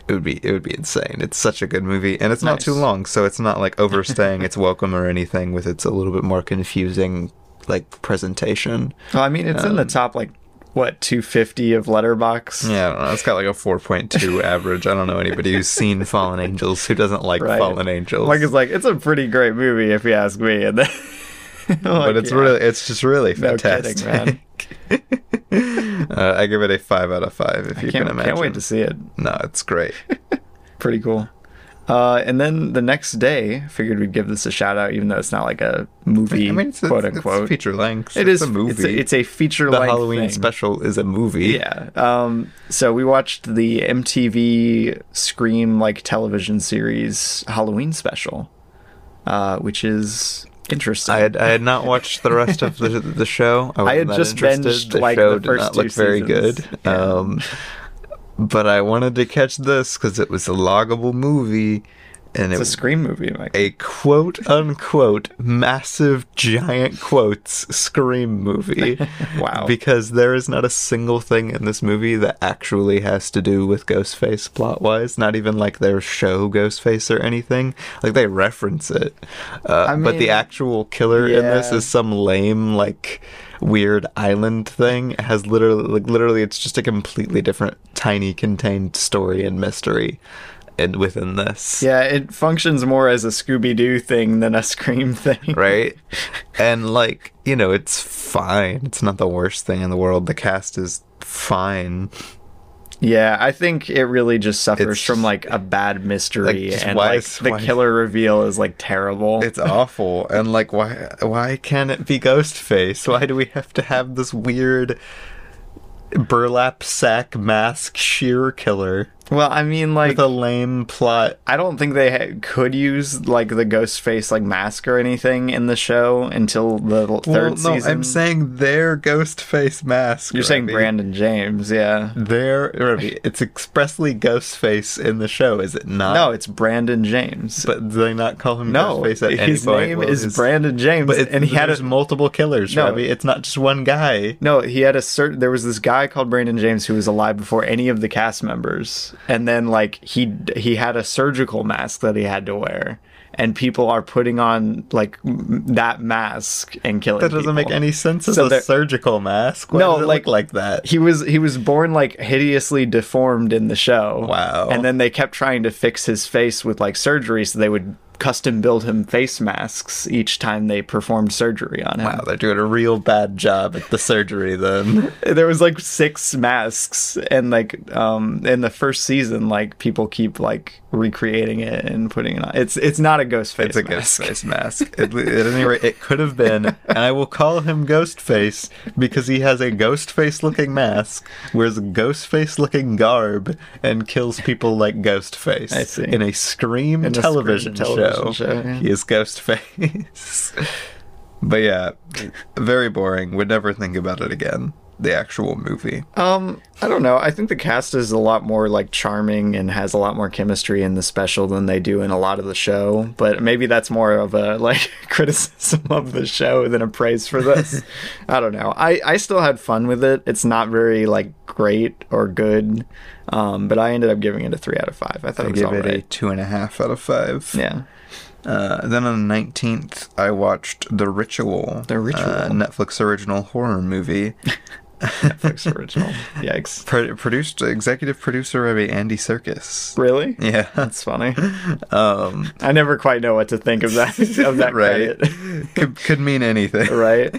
Speaker 1: it would be it would be insane. It's such a good movie, and it's not
Speaker 2: Nice.
Speaker 1: too long, so it's not like overstaying its welcome or anything. With its a little bit more confusing like presentation.
Speaker 2: well, Oh, I mean, it's in the top like what 250 of Letterbox.
Speaker 1: Um, Yeah, I don't know. It's got like a four point two average. I don't know anybody who's seen Fallen Angels who doesn't like
Speaker 2: Right.
Speaker 1: Fallen Angels.
Speaker 2: Like it's like it's a pretty great movie if you ask me. And then,
Speaker 1: but it's really it's just really
Speaker 2: No
Speaker 1: fantastic.
Speaker 2: kidding, man.
Speaker 1: uh, I give it a five out of five. If you
Speaker 2: can't,
Speaker 1: can imagine,
Speaker 2: can't wait to see it.
Speaker 1: No, it's great.
Speaker 2: Pretty cool. Uh, and then the next day, figured we'd give this a shout out, even though it's not like a movie,
Speaker 1: I mean, it's,
Speaker 2: quote
Speaker 1: it's,
Speaker 2: unquote.
Speaker 1: it's feature length.
Speaker 2: It
Speaker 1: it's
Speaker 2: is-
Speaker 1: a movie.
Speaker 2: It's a, feature
Speaker 1: the
Speaker 2: length
Speaker 1: Halloween
Speaker 2: thing.
Speaker 1: special is a movie.
Speaker 2: Yeah. Um, so we watched the MTV Scream like television series Halloween special, uh, which is interesting.
Speaker 1: I had I had not watched the rest of the the show. I, wasn't
Speaker 2: had
Speaker 1: that
Speaker 2: just
Speaker 1: interested.
Speaker 2: binged,
Speaker 1: the
Speaker 2: like,
Speaker 1: show
Speaker 2: the first
Speaker 1: did not look
Speaker 2: two
Speaker 1: very
Speaker 2: seasons.
Speaker 1: good.
Speaker 2: Yeah.
Speaker 1: Um, but I wanted to catch this because it was a loggable movie, and it
Speaker 2: it's a
Speaker 1: was
Speaker 2: Scream movie, Mike.
Speaker 1: a quote unquote massive giant quotes scream movie.
Speaker 2: Wow.
Speaker 1: Because there is not a single thing in this movie that actually has to do with Ghostface plot wise. Not even like their show Ghostface or anything. Like they reference it. Uh,
Speaker 2: I
Speaker 1: but the
Speaker 2: mean,
Speaker 1: actual killer in this
Speaker 2: yeah.
Speaker 1: is some lame, like weird island thing it has literally like literally it's just a completely different tiny contained story and mystery and within this
Speaker 2: Yeah, it functions more as a Scooby Doo thing than a Scream thing.
Speaker 1: right? and like, you know, it's fine. It's not the worst thing in the world. The cast is fine.
Speaker 2: Yeah, I think it really just suffers
Speaker 1: It's
Speaker 2: from
Speaker 1: just-
Speaker 2: like a bad mystery
Speaker 1: like, just
Speaker 2: and
Speaker 1: why
Speaker 2: like
Speaker 1: is-
Speaker 2: the
Speaker 1: why-
Speaker 2: killer reveal is like terrible.
Speaker 1: It's awful. and like why why can't it be Ghostface? Why do we have to have this weird burlap sack mask sheer killer
Speaker 2: well, I mean like
Speaker 1: with a lame plot?
Speaker 2: I don't think they ha- could use like the ghost face like mask or anything in the show until the l-
Speaker 1: Well,
Speaker 2: third
Speaker 1: no,
Speaker 2: season.
Speaker 1: I'm saying their Ghostface mask.
Speaker 2: You're saying
Speaker 1: Randy.
Speaker 2: Brandon James, yeah.
Speaker 1: Their Randy, it's expressly Ghostface in the show, is it not?
Speaker 2: No, it's Brandon James.
Speaker 1: But do they not call him
Speaker 2: no,
Speaker 1: Ghostface at any
Speaker 2: his
Speaker 1: point?
Speaker 2: name
Speaker 1: Well,
Speaker 2: is
Speaker 1: his-
Speaker 2: Brandon James,
Speaker 1: But it's,
Speaker 2: and he had a
Speaker 1: multiple killers,
Speaker 2: No.
Speaker 1: Robbie. It's not just one guy.
Speaker 2: No, he had a certain. There was this guy called Brandon James who was alive before any of the cast members, and then like he he had a surgical mask that he had to wear, and people are putting on like m- that mask and killing.
Speaker 1: That doesn't make
Speaker 2: people.
Speaker 1: any sense as
Speaker 2: So
Speaker 1: a
Speaker 2: they're-
Speaker 1: surgical mask. Why
Speaker 2: No,
Speaker 1: does it
Speaker 2: like-
Speaker 1: look like that.
Speaker 2: He was he was born like hideously deformed in the show.
Speaker 1: Wow.
Speaker 2: And then they kept trying to fix his face with like surgery, so they would custom build him face masks each time they performed surgery on him.
Speaker 1: Wow, they're doing a real bad job at the surgery then.
Speaker 2: there was like six masks and like um in the first season like people keep like recreating it and putting it on it's it's not a ghost face
Speaker 1: It's a
Speaker 2: mask.
Speaker 1: Ghostface mask. At, le- at any rate, it could have been, and I will call him Ghostface because he has a Ghostface looking mask, wears a Ghostface looking garb, and kills people like Ghostface.
Speaker 2: I see.
Speaker 1: In a Scream,
Speaker 2: In a Scream
Speaker 1: television,
Speaker 2: television
Speaker 1: show,
Speaker 2: show, yeah.
Speaker 1: he is Ghostface. but yeah, very boring. Would never think about it again. The actual movie.
Speaker 2: um i don't know i think the cast is a lot more like charming and has a lot more chemistry in the special than they do in a lot of the show but maybe that's more of a like criticism of the show than a praise for this i don't know i i still had fun with it it's not very like great or good um but i ended up giving it a three out of five i thought
Speaker 1: I
Speaker 2: it was
Speaker 1: give
Speaker 2: all
Speaker 1: it a
Speaker 2: right
Speaker 1: two and a half out of five.
Speaker 2: yeah
Speaker 1: Uh, then on the 19th, I watched The Ritual.
Speaker 2: The Ritual.
Speaker 1: uh, Netflix original horror movie.
Speaker 2: Netflix original. Yikes.
Speaker 1: Pro- produced, executive producer by Andy Serkis.
Speaker 2: Really?
Speaker 1: Yeah.
Speaker 2: That's funny.
Speaker 1: Um,
Speaker 2: I never quite know what to think of that of that
Speaker 1: right.
Speaker 2: credit.
Speaker 1: could, could mean anything.
Speaker 2: Right.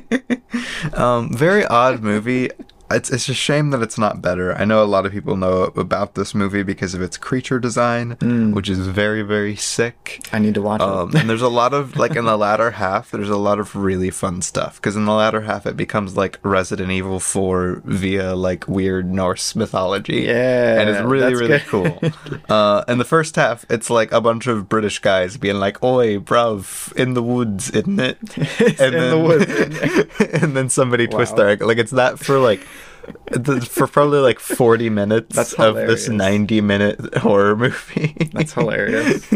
Speaker 1: Um, very odd movie. It's, it's a shame that it's not better. I know a lot of people know about this movie because of its creature design,
Speaker 2: Mm.
Speaker 1: which is very, very sick.
Speaker 2: I need to watch
Speaker 1: Um, and there's a lot of like in the latter half, there's a lot of really fun stuff because in the latter half it becomes like Resident Evil 4 via like weird Norse mythology.
Speaker 2: Yeah,
Speaker 1: and it's really
Speaker 2: that's
Speaker 1: really
Speaker 2: good.
Speaker 1: cool. Uh, in the first half, it's like a bunch of British guys being like, "Oi, bruv, in the woods, isn't it?" and
Speaker 2: in the woods,
Speaker 1: and then somebody twists
Speaker 2: Wow.
Speaker 1: their ankle. Like it's that for like. th- For probably like 40 minutes
Speaker 2: That's
Speaker 1: of this
Speaker 2: hilarious.
Speaker 1: 90 minute horror movie.
Speaker 2: That's hilarious.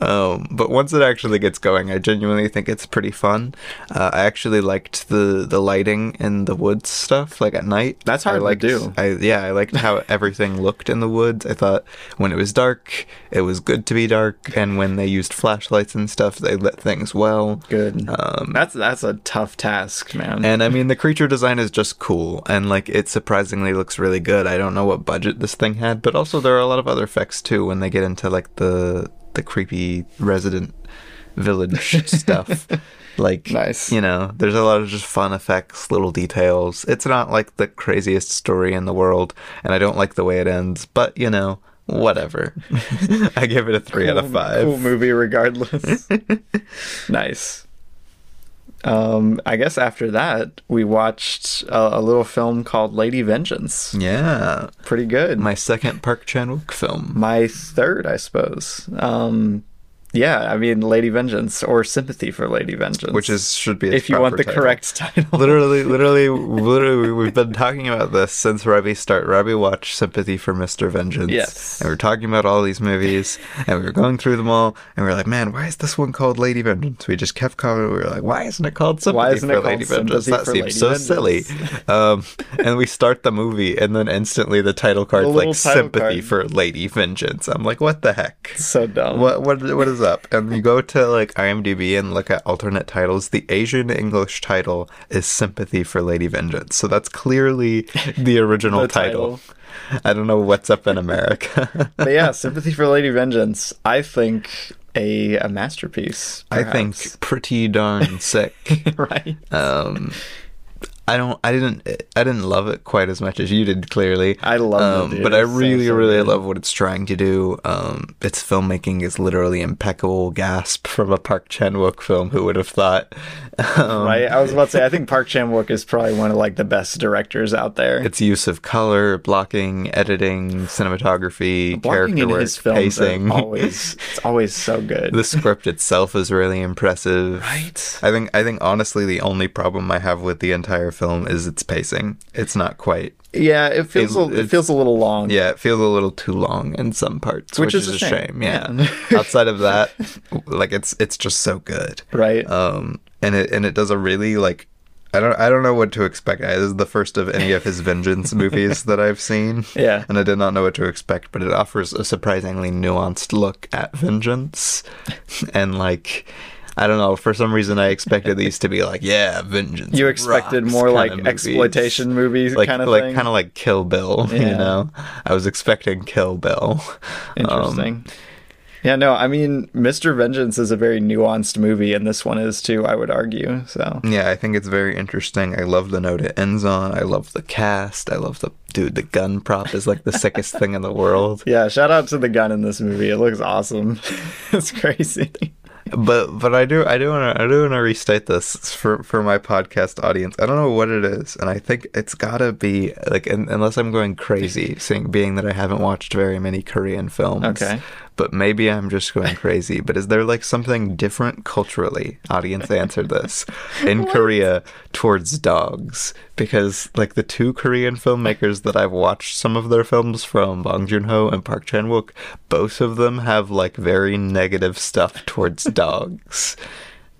Speaker 1: um, but once it actually gets going, I genuinely think it's pretty fun. Uh, I actually liked the the lighting in the woods stuff, like at night.
Speaker 2: That's hard
Speaker 1: I
Speaker 2: to
Speaker 1: liked,
Speaker 2: do.
Speaker 1: I yeah, I liked how everything looked in the woods. I thought when it was dark, it was good to be dark, and when they used flashlights and stuff, they lit things well.
Speaker 2: Good.
Speaker 1: Um,
Speaker 2: that's that's a tough task, man.
Speaker 1: and I mean, the creature design is just cool, and like it surprisingly looks really good. I don't know what budget this thing had, but also there are a lot of other effects too when they get into like the the creepy resident village stuff. Like,
Speaker 2: Nice.
Speaker 1: you know, there's a lot of just fun effects, little details. It's not like the craziest story in the world, and I don't like the way it ends, but you know, whatever. I give it a three out of five.
Speaker 2: Cool movie regardless. nice. Um, I guess after that we watched a, a little film called Lady Vengeance.
Speaker 1: Yeah,
Speaker 2: Pretty good.
Speaker 1: my second Park Chan Wook film.
Speaker 2: my third, I suppose. Um, yeah, I mean, Lady Vengeance or Sympathy for Lady Vengeance,
Speaker 1: Which is should be its
Speaker 2: if you want
Speaker 1: proper
Speaker 2: the
Speaker 1: title.
Speaker 2: correct title.
Speaker 1: literally, literally, literally, we've been talking about this since Robbie start. Robbie watched Sympathy for Mr. Vengeance.
Speaker 2: Yes.
Speaker 1: And we were talking about all these movies, and we were going through them all, and we were like, man, why is this one called Lady Vengeance? We just kept calling it. We were like, why isn't it called Sympathy
Speaker 2: Why isn't
Speaker 1: for
Speaker 2: it
Speaker 1: Lady
Speaker 2: called
Speaker 1: Vengeance?
Speaker 2: Sympathy
Speaker 1: That
Speaker 2: for
Speaker 1: seems
Speaker 2: Lady
Speaker 1: so
Speaker 2: Vengeance?
Speaker 1: silly. Um, and we start the movie, and then instantly the title card's
Speaker 2: little
Speaker 1: like
Speaker 2: title
Speaker 1: Sympathy
Speaker 2: card.
Speaker 1: for Lady Vengeance. I'm like, what the heck?
Speaker 2: so dumb.
Speaker 1: What what what is up? And you go to like IMDb and look at alternate titles. The Asian English title is "Sympathy for Lady Vengeance," so that's clearly the original
Speaker 2: The
Speaker 1: title. I don't know what's up in America.
Speaker 2: But yeah, Sympathy for Lady Vengeance. I think a a masterpiece.
Speaker 1: I think pretty darn sick.
Speaker 2: perhaps. right.
Speaker 1: Um, I don't. I didn't. I didn't love it quite as much as you did. Clearly, Um,
Speaker 2: I love it, dude.
Speaker 1: but I
Speaker 2: It's so,
Speaker 1: really,
Speaker 2: so
Speaker 1: really
Speaker 2: good.
Speaker 1: love what it's trying to do. Um, its filmmaking is literally impeccable. Gasp from a Park Chan Wook film. Who would have thought? Um,
Speaker 2: right. I was about to say. I think Park Chan Wook is probably one of like the best directors out there.
Speaker 1: Its use of color, blocking, editing, cinematography,
Speaker 2: Blocking
Speaker 1: character
Speaker 2: in
Speaker 1: work,
Speaker 2: his films
Speaker 1: pacing.
Speaker 2: are always it's always so good.
Speaker 1: the script itself is really impressive.
Speaker 2: right.
Speaker 1: I think I think honestly the only problem I have with the entire film is its pacing. It's not quite
Speaker 2: Yeah, it feels
Speaker 1: It-
Speaker 2: a, it
Speaker 1: it's-
Speaker 2: feels a little long.
Speaker 1: Yeah, it feels a little too long in some parts, which, is, a shame. Yeah. Outside of that, like it's it's just so good.
Speaker 2: Right.
Speaker 1: Um and it and it does a really like I don't I don't know what to expect. I, this is the first of any of his vengeance movies that I've seen.
Speaker 2: Yeah.
Speaker 1: And I did not know what to expect, but it offers a surprisingly nuanced look at vengeance. and like I don't know, for some reason I expected these to be like, yeah, vengeance.
Speaker 2: You expected
Speaker 1: rocks
Speaker 2: more
Speaker 1: kinda
Speaker 2: like
Speaker 1: movies.
Speaker 2: exploitation movies
Speaker 1: Like
Speaker 2: kind of
Speaker 1: like um,
Speaker 2: thing.
Speaker 1: kind of like Kill Bill, you
Speaker 2: Yeah.
Speaker 1: know. I was expecting Kill Bill. Um,
Speaker 2: Interesting. yeah, no, I mean, Mr. Vengeance is a very nuanced movie, and this one is too, I would argue. So,
Speaker 1: Yeah, I think it's very interesting. I love the note it ends on. I love the cast. I love the dude. The gun prop is like the sickest thing in the world.
Speaker 2: yeah, shout out to the gun in this movie. It looks awesome. it's crazy.
Speaker 1: But but I do I do want to I do want to restate this for for my podcast audience. I don't know what it is, and I think it's gotta be like un unless I'm going crazy, seeing being that I haven't watched very many Korean films.
Speaker 2: Okay.
Speaker 1: But maybe I'm just going crazy. But is there like something different culturally? Audience, answer this. In Korea, towards dogs, because like the two Korean filmmakers that I've watched some of their films from, Bong Joon Ho and Park Chan Wook, both of them have like very negative stuff towards dogs,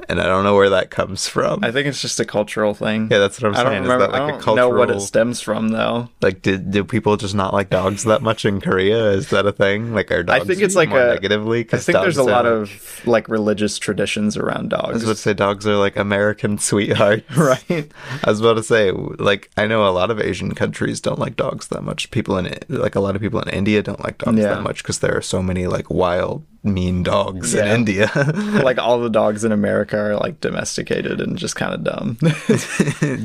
Speaker 1: and I don't know where that comes from.
Speaker 2: I think it's just a cultural thing.
Speaker 1: yeah, that's what I'm
Speaker 2: I
Speaker 1: saying.
Speaker 2: don't remember.
Speaker 1: is that like
Speaker 2: I
Speaker 1: a
Speaker 2: don't
Speaker 1: cultural?
Speaker 2: know what it stems from, though.
Speaker 1: Like, did do people just not like dogs that much in Korea? Is that a thing? Like, are
Speaker 2: I
Speaker 1: dogs
Speaker 2: think it's like
Speaker 1: more
Speaker 2: a-
Speaker 1: negatively?
Speaker 2: I
Speaker 1: 'Cause
Speaker 2: think there's
Speaker 1: dogs
Speaker 2: a
Speaker 1: are,
Speaker 2: lot
Speaker 1: like-
Speaker 2: of like religious traditions around
Speaker 1: I was
Speaker 2: dogs.
Speaker 1: about to say dogs are like American sweethearts,
Speaker 2: Right.
Speaker 1: I was about to say like I know a lot of Asian countries don't like dogs that much. People in like a lot of people in India don't like dogs
Speaker 2: Yeah.
Speaker 1: that much because there are so many like wild mean dogs in
Speaker 2: Yeah.
Speaker 1: India,
Speaker 2: like all the dogs in America are like domesticated and just kind of dumb.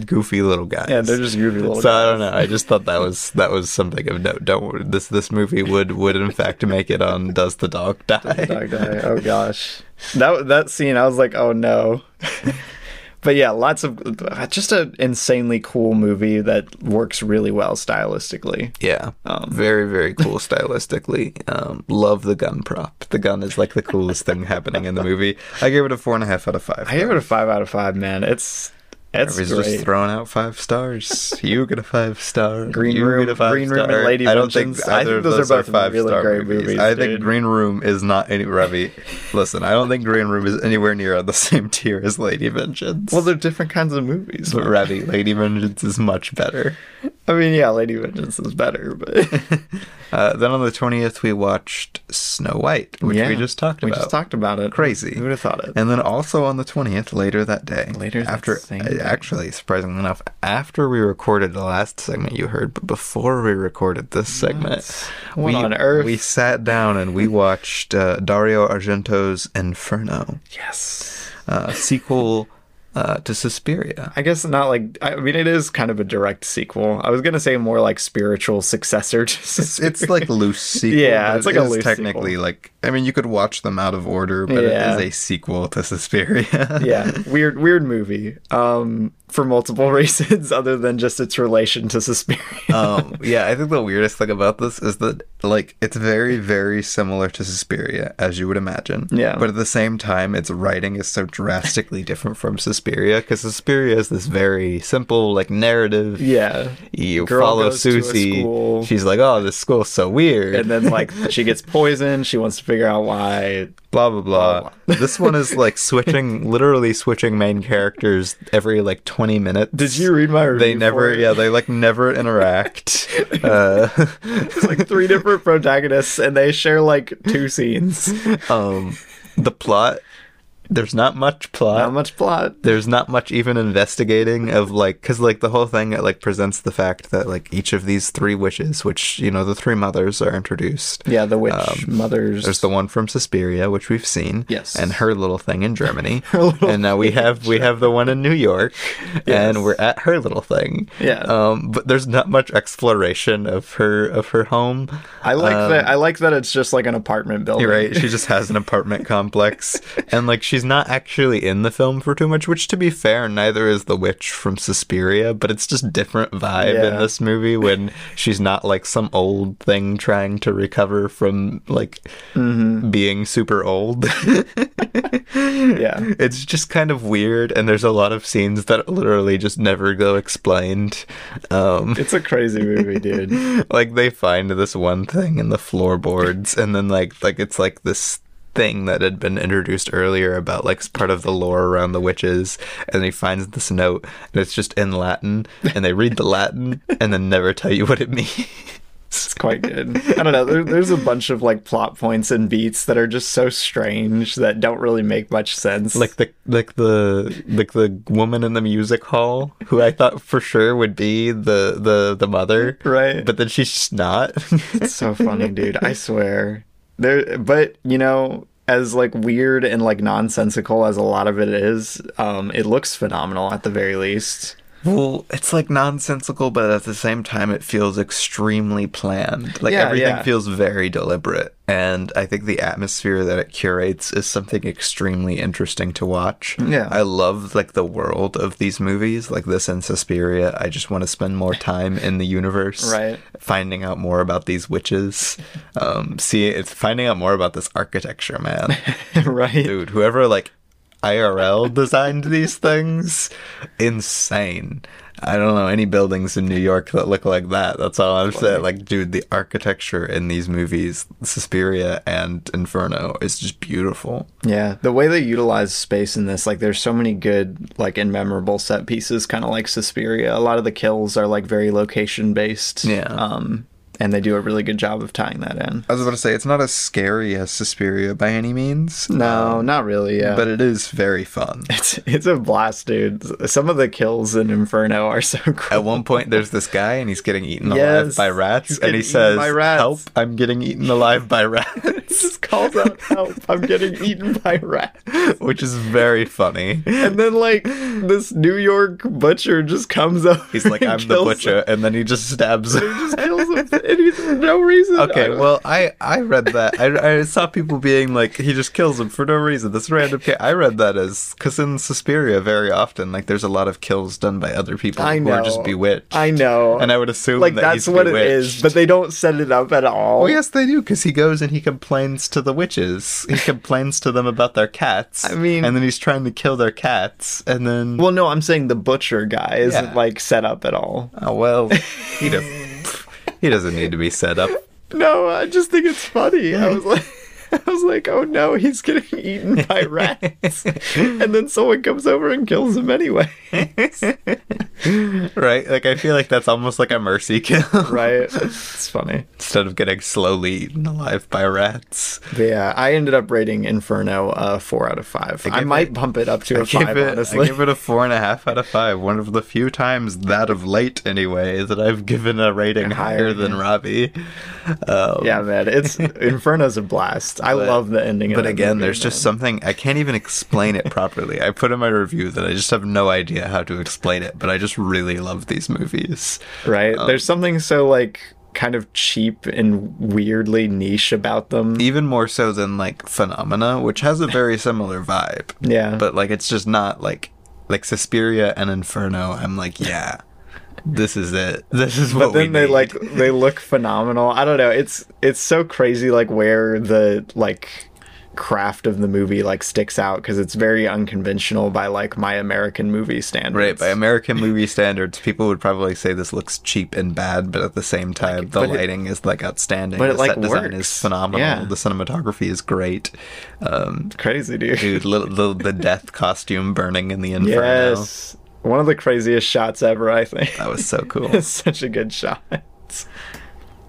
Speaker 1: goofy little guys.
Speaker 2: yeah, they're just goofy little.
Speaker 1: so
Speaker 2: dogs.
Speaker 1: I don't know. I just thought that was that was something of note. Don't this this movie would would in fact make it on Does the Dog Die?
Speaker 2: Dog die. Oh gosh, that that scene, I was like, oh no. but yeah, lots of just an insanely cool movie that works really well stylistically.
Speaker 1: Yeah.
Speaker 2: Um,
Speaker 1: very, very cool stylistically. Um, love the gun prop. The gun is like the coolest thing happening in the movie. I gave it a four and a half out of five.
Speaker 2: I gave it a five out of five, man. It's it's
Speaker 1: Everybody's
Speaker 2: great.
Speaker 1: just throwing out five stars. you get a five star.
Speaker 2: Green
Speaker 1: you
Speaker 2: Room-
Speaker 1: get a five
Speaker 2: Green Room and
Speaker 1: star.
Speaker 2: Lady
Speaker 1: I don't think
Speaker 2: Vengeance.
Speaker 1: either
Speaker 2: I think
Speaker 1: of
Speaker 2: those are
Speaker 1: those
Speaker 2: both
Speaker 1: five
Speaker 2: really
Speaker 1: star
Speaker 2: great
Speaker 1: movies.
Speaker 2: movies,
Speaker 1: I think
Speaker 2: dude.
Speaker 1: Green Room is not any Ravi. Listen, I don't think Green Room is anywhere near on the same tier as Lady Vengeance.
Speaker 2: well, they're different kinds of movies.
Speaker 1: but Ravi, Lady Vengeance is much better.
Speaker 2: I mean, yeah, Lady Vengeance is better, but
Speaker 1: Uh, then on the twentieth, we watched Snow White, which we just talked
Speaker 2: We
Speaker 1: about.
Speaker 2: just talked about it.
Speaker 1: Crazy.
Speaker 2: Who would have thought it?
Speaker 1: And then also on the 20th, later that day.
Speaker 2: Later that
Speaker 1: after,
Speaker 2: same
Speaker 1: uh,
Speaker 2: day.
Speaker 1: Actually, surprisingly enough, after we recorded the last segment you heard, but before we recorded this segment,
Speaker 2: What
Speaker 1: we,
Speaker 2: on earth?
Speaker 1: we sat down and we watched uh, Dario Argento's Inferno,
Speaker 2: yes.
Speaker 1: uh, sequel uh, to Suspiria.
Speaker 2: I guess not like I mean it is kind of a direct sequel. I was gonna say more like spiritual successor to
Speaker 1: It's, it's like loose sequel.
Speaker 2: Yeah,
Speaker 1: but
Speaker 2: it's
Speaker 1: it
Speaker 2: like a
Speaker 1: is
Speaker 2: loose
Speaker 1: technically like I mean you could watch them out of order, but
Speaker 2: Yeah.
Speaker 1: it is a sequel to Suspiria.
Speaker 2: yeah, weird weird movie. Um for multiple reasons other than just its relation to Suspiria.
Speaker 1: um, yeah, I think the weirdest thing about this is that like it's very, very similar to Suspiria, as you would imagine.
Speaker 2: Yeah.
Speaker 1: But at the same time, its writing is so drastically different from Suspiria because Suspiria is this very simple like narrative.
Speaker 2: yeah.
Speaker 1: You
Speaker 2: Girl
Speaker 1: follow
Speaker 2: goes to a
Speaker 1: Susie.
Speaker 2: school.
Speaker 1: She's like, "Oh, this school's so weird,"
Speaker 2: And then like she gets poisoned, she wants to figure out why
Speaker 1: blah blah blah.
Speaker 2: Blah,
Speaker 1: this one is like switching, literally switching main characters every like twenty minutes.
Speaker 2: Did you read my review?
Speaker 1: They never,
Speaker 2: for it?
Speaker 1: yeah, they like never interact. uh,
Speaker 2: It's like three different protagonists, and they share like two scenes.
Speaker 1: um the plot there's not much plot
Speaker 2: Not much plot.
Speaker 1: there's not much even investigating of like because like the whole thing it like presents the fact that like each of these three witches which you know the three mothers are introduced
Speaker 2: Yeah, the witch mothers.
Speaker 1: there's the one from Suspiria, which we've seen,
Speaker 2: Yes.
Speaker 1: and her little thing in Germany,
Speaker 2: little
Speaker 1: and now we have we have the one in New York,
Speaker 2: Yes.
Speaker 1: and we're at her little thing.
Speaker 2: Yeah.
Speaker 1: Um, but there's not much exploration of her of her home.
Speaker 2: I like
Speaker 1: Um,
Speaker 2: that. I like that it's just like an apartment building.
Speaker 1: You're right. She just has an apartment complex, and like she's not actually in the film for too much. Which, to be fair, neither is the witch from Suspiria, but it's just different vibe in
Speaker 2: Yeah.
Speaker 1: this movie when she's not like some old thing trying to recover from like being super old.
Speaker 2: Yeah.
Speaker 1: it's just kind of weird, and there's a lot of scenes that literally just never go explained. Um,
Speaker 2: It's a crazy movie, dude.
Speaker 1: like they find this one thing in the floorboards and then like like it's like this thing that had been introduced earlier about like part of the lore around the witches, and he finds this note, and it's just in Latin, and they read the Latin and then never tell you what it means.
Speaker 2: It's quite good. I don't know. There, there's a bunch of like plot points and beats that are just so strange that don't really make much sense.
Speaker 1: like the like the like the woman in the music hall who I thought for sure would be the the the mother,
Speaker 2: Right.
Speaker 1: But then she's just not.
Speaker 2: it's so funny, dude. I swear. There, but you know, as like weird and like nonsensical as a lot of it is, um, it looks phenomenal at the very least.
Speaker 1: Well, it's like nonsensical, but at the same time, it feels extremely planned. Like
Speaker 2: Yeah,
Speaker 1: everything
Speaker 2: yeah.
Speaker 1: feels very deliberate. And I think the atmosphere that it curates is something extremely interesting to watch.
Speaker 2: Yeah.
Speaker 1: I love like the world of these movies, like this and Suspiria. I just want to spend more time in the universe,
Speaker 2: Right.
Speaker 1: Finding out more about these witches. Um, see, it's finding out more about this architecture, man.
Speaker 2: right.
Speaker 1: dude whoever like irl designed these things insane i don't know any buildings in new york that look like that that's all i'm saying like dude the architecture in these movies suspiria and inferno is just beautiful
Speaker 2: Yeah, the way they utilize space in this, like, there's so many good, like, and memorable set pieces, kind of like Suspiria. A lot of the kills are like very location based.
Speaker 1: Yeah.
Speaker 2: um, and they do a really good job of tying that in.
Speaker 1: i was about to say it's not as scary as suspiria by any means
Speaker 2: No, not really. Yeah,
Speaker 1: but it is very fun
Speaker 2: Um, it's it's a blast, dude. Some of the kills in Inferno are so
Speaker 1: at
Speaker 2: cool.
Speaker 1: one point there's this guy and he's getting eaten alive
Speaker 2: Yes,
Speaker 1: by rats
Speaker 2: he's
Speaker 1: and he
Speaker 2: getting eaten
Speaker 1: says
Speaker 2: by rats.
Speaker 1: help i'm getting eaten alive by
Speaker 2: He
Speaker 1: rats
Speaker 2: just calls out, "Help! I'm getting eaten by rats."
Speaker 1: which is very funny
Speaker 2: And then like this New York butcher just comes up.
Speaker 1: He's like, I'm the butcher, and then he just stabs
Speaker 2: He
Speaker 1: him.
Speaker 2: just kills him, and he's for no reason. I
Speaker 1: Okay,
Speaker 2: don't-
Speaker 1: well, I, I read that. I, I saw people being like, he just kills him for no reason. This random kid. I read that as, because in Suspiria, very often, like, there's a lot of kills done by other people
Speaker 2: I
Speaker 1: who are
Speaker 2: know.
Speaker 1: just bewitched.
Speaker 2: I know.
Speaker 1: And I would assume
Speaker 2: like
Speaker 1: that
Speaker 2: that's
Speaker 1: he's
Speaker 2: what
Speaker 1: bewitched.
Speaker 2: it is, but they don't set it up at all.
Speaker 1: Oh, yes, they do, because he goes and he complains to the witches. He complains to them about their cats.
Speaker 2: I mean-
Speaker 1: and then he's trying to kill their cats, and then.
Speaker 2: Well, no, I'm saying the butcher guy isn't
Speaker 1: Yeah.
Speaker 2: like set up at all.
Speaker 1: oh, well. He, does, he doesn't need to be set up.
Speaker 2: No, I just think it's funny. I was like. I was like, oh no, he's getting eaten by rats. and then someone comes over and kills him anyway.
Speaker 1: right? Like I feel like that's almost like a mercy kill,
Speaker 2: right. It's funny.
Speaker 1: Instead of getting slowly eaten alive by rats,
Speaker 2: But yeah, I ended up rating Inferno a four out of five. I,
Speaker 1: give
Speaker 2: might
Speaker 1: it-
Speaker 2: bump it up to a
Speaker 1: I give
Speaker 2: five,
Speaker 1: it
Speaker 2: honestly.
Speaker 1: I give it a four and a half out of five. One of the few times that of late, anyway, that I've given a rating
Speaker 2: Higher,
Speaker 1: higher than
Speaker 2: yeah.
Speaker 1: Robbie. Um,
Speaker 2: yeah, man. It's Inferno's a blast. I
Speaker 1: But-
Speaker 2: love the ending of
Speaker 1: But
Speaker 2: that
Speaker 1: again,
Speaker 2: movie,
Speaker 1: there's just
Speaker 2: man.
Speaker 1: something I can't even explain it properly. I put in my review that I just have no idea how to explain it, but I just really love these movies.
Speaker 2: right?
Speaker 1: uh,
Speaker 2: There's something so like kind of cheap and weirdly niche about them.
Speaker 1: even more so than like phenomena which has a very similar vibe
Speaker 2: Yeah.
Speaker 1: but like it's just not like like Suspiria and Inferno I'm like yeah this is it this is what
Speaker 2: but then
Speaker 1: we
Speaker 2: they
Speaker 1: need.
Speaker 2: like they look phenomenal. I don't know. It's it's so crazy like where the like craft of the movie like sticks out because it's very unconventional by like my American movie
Speaker 1: right
Speaker 2: standards.
Speaker 1: by American movie standards people would probably say this looks cheap and bad but at the same time the
Speaker 2: but it-
Speaker 1: lighting is like outstanding
Speaker 2: but it,
Speaker 1: the
Speaker 2: like,
Speaker 1: set design
Speaker 2: works.
Speaker 1: is phenomenal
Speaker 2: Yeah.
Speaker 1: the cinematography is great um
Speaker 2: crazy
Speaker 1: dude li- the, the death costume burning in the Inferno
Speaker 2: yes, one of the craziest shots ever. I think
Speaker 1: that was so cool
Speaker 2: it's such a good shot.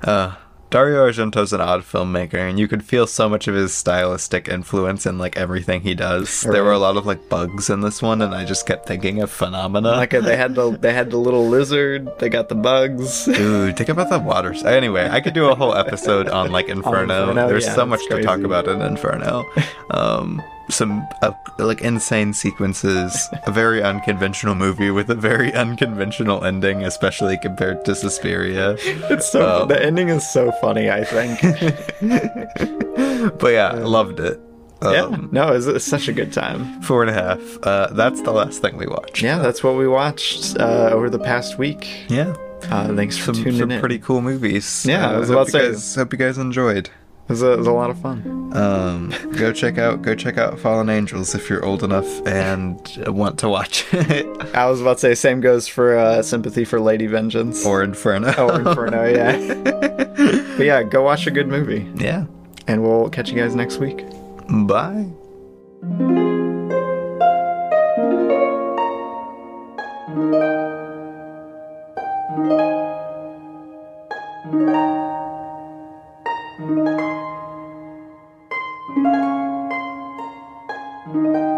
Speaker 1: Uh, Dario Argento's an odd filmmaker, and you could feel so much of his stylistic influence in like everything he does. There were a lot of like bugs in this one, and I just kept thinking of phenomena.
Speaker 2: Like uh, they had the they had the little lizard. They got the bugs.
Speaker 1: Dude, think about the waters. Anyway, I could do a whole episode on like Inferno.
Speaker 2: Inferno,
Speaker 1: There's
Speaker 2: yeah,
Speaker 1: so much
Speaker 2: that's
Speaker 1: to talk
Speaker 2: crazy.
Speaker 1: about in Inferno. Um, some uh, like insane sequences. A very unconventional movie with a very unconventional ending, especially compared to Suspiria.
Speaker 2: It's
Speaker 1: Oh.
Speaker 2: so the ending is so funny. I think.
Speaker 1: But yeah, loved it.
Speaker 2: yeah.
Speaker 1: Um,
Speaker 2: No, it's, it's such a good time.
Speaker 1: Four and a half. Uh, that's the last thing we watched.
Speaker 2: Yeah, that's what we watched uh, over the past week.
Speaker 1: Yeah.
Speaker 2: Uh, thanks for
Speaker 1: Some,
Speaker 2: tuning
Speaker 1: some
Speaker 2: in.
Speaker 1: pretty cool movies.
Speaker 2: Yeah, I
Speaker 1: Uh,
Speaker 2: was
Speaker 1: hope
Speaker 2: about
Speaker 1: you
Speaker 2: to say-
Speaker 1: guys, hope you guys enjoyed.
Speaker 2: It was a, it was a lot of fun.
Speaker 1: Um, go check out go check out Fallen Angels if you're old enough and want to watch it
Speaker 2: I was about to say same goes for uh, sympathy for Lady Vengeance
Speaker 1: or Inferno.
Speaker 2: or Inferno. Yeah. but yeah, go watch a good movie,
Speaker 1: yeah.
Speaker 2: and we'll catch you guys next week.
Speaker 1: Bye.
Speaker 3: thank you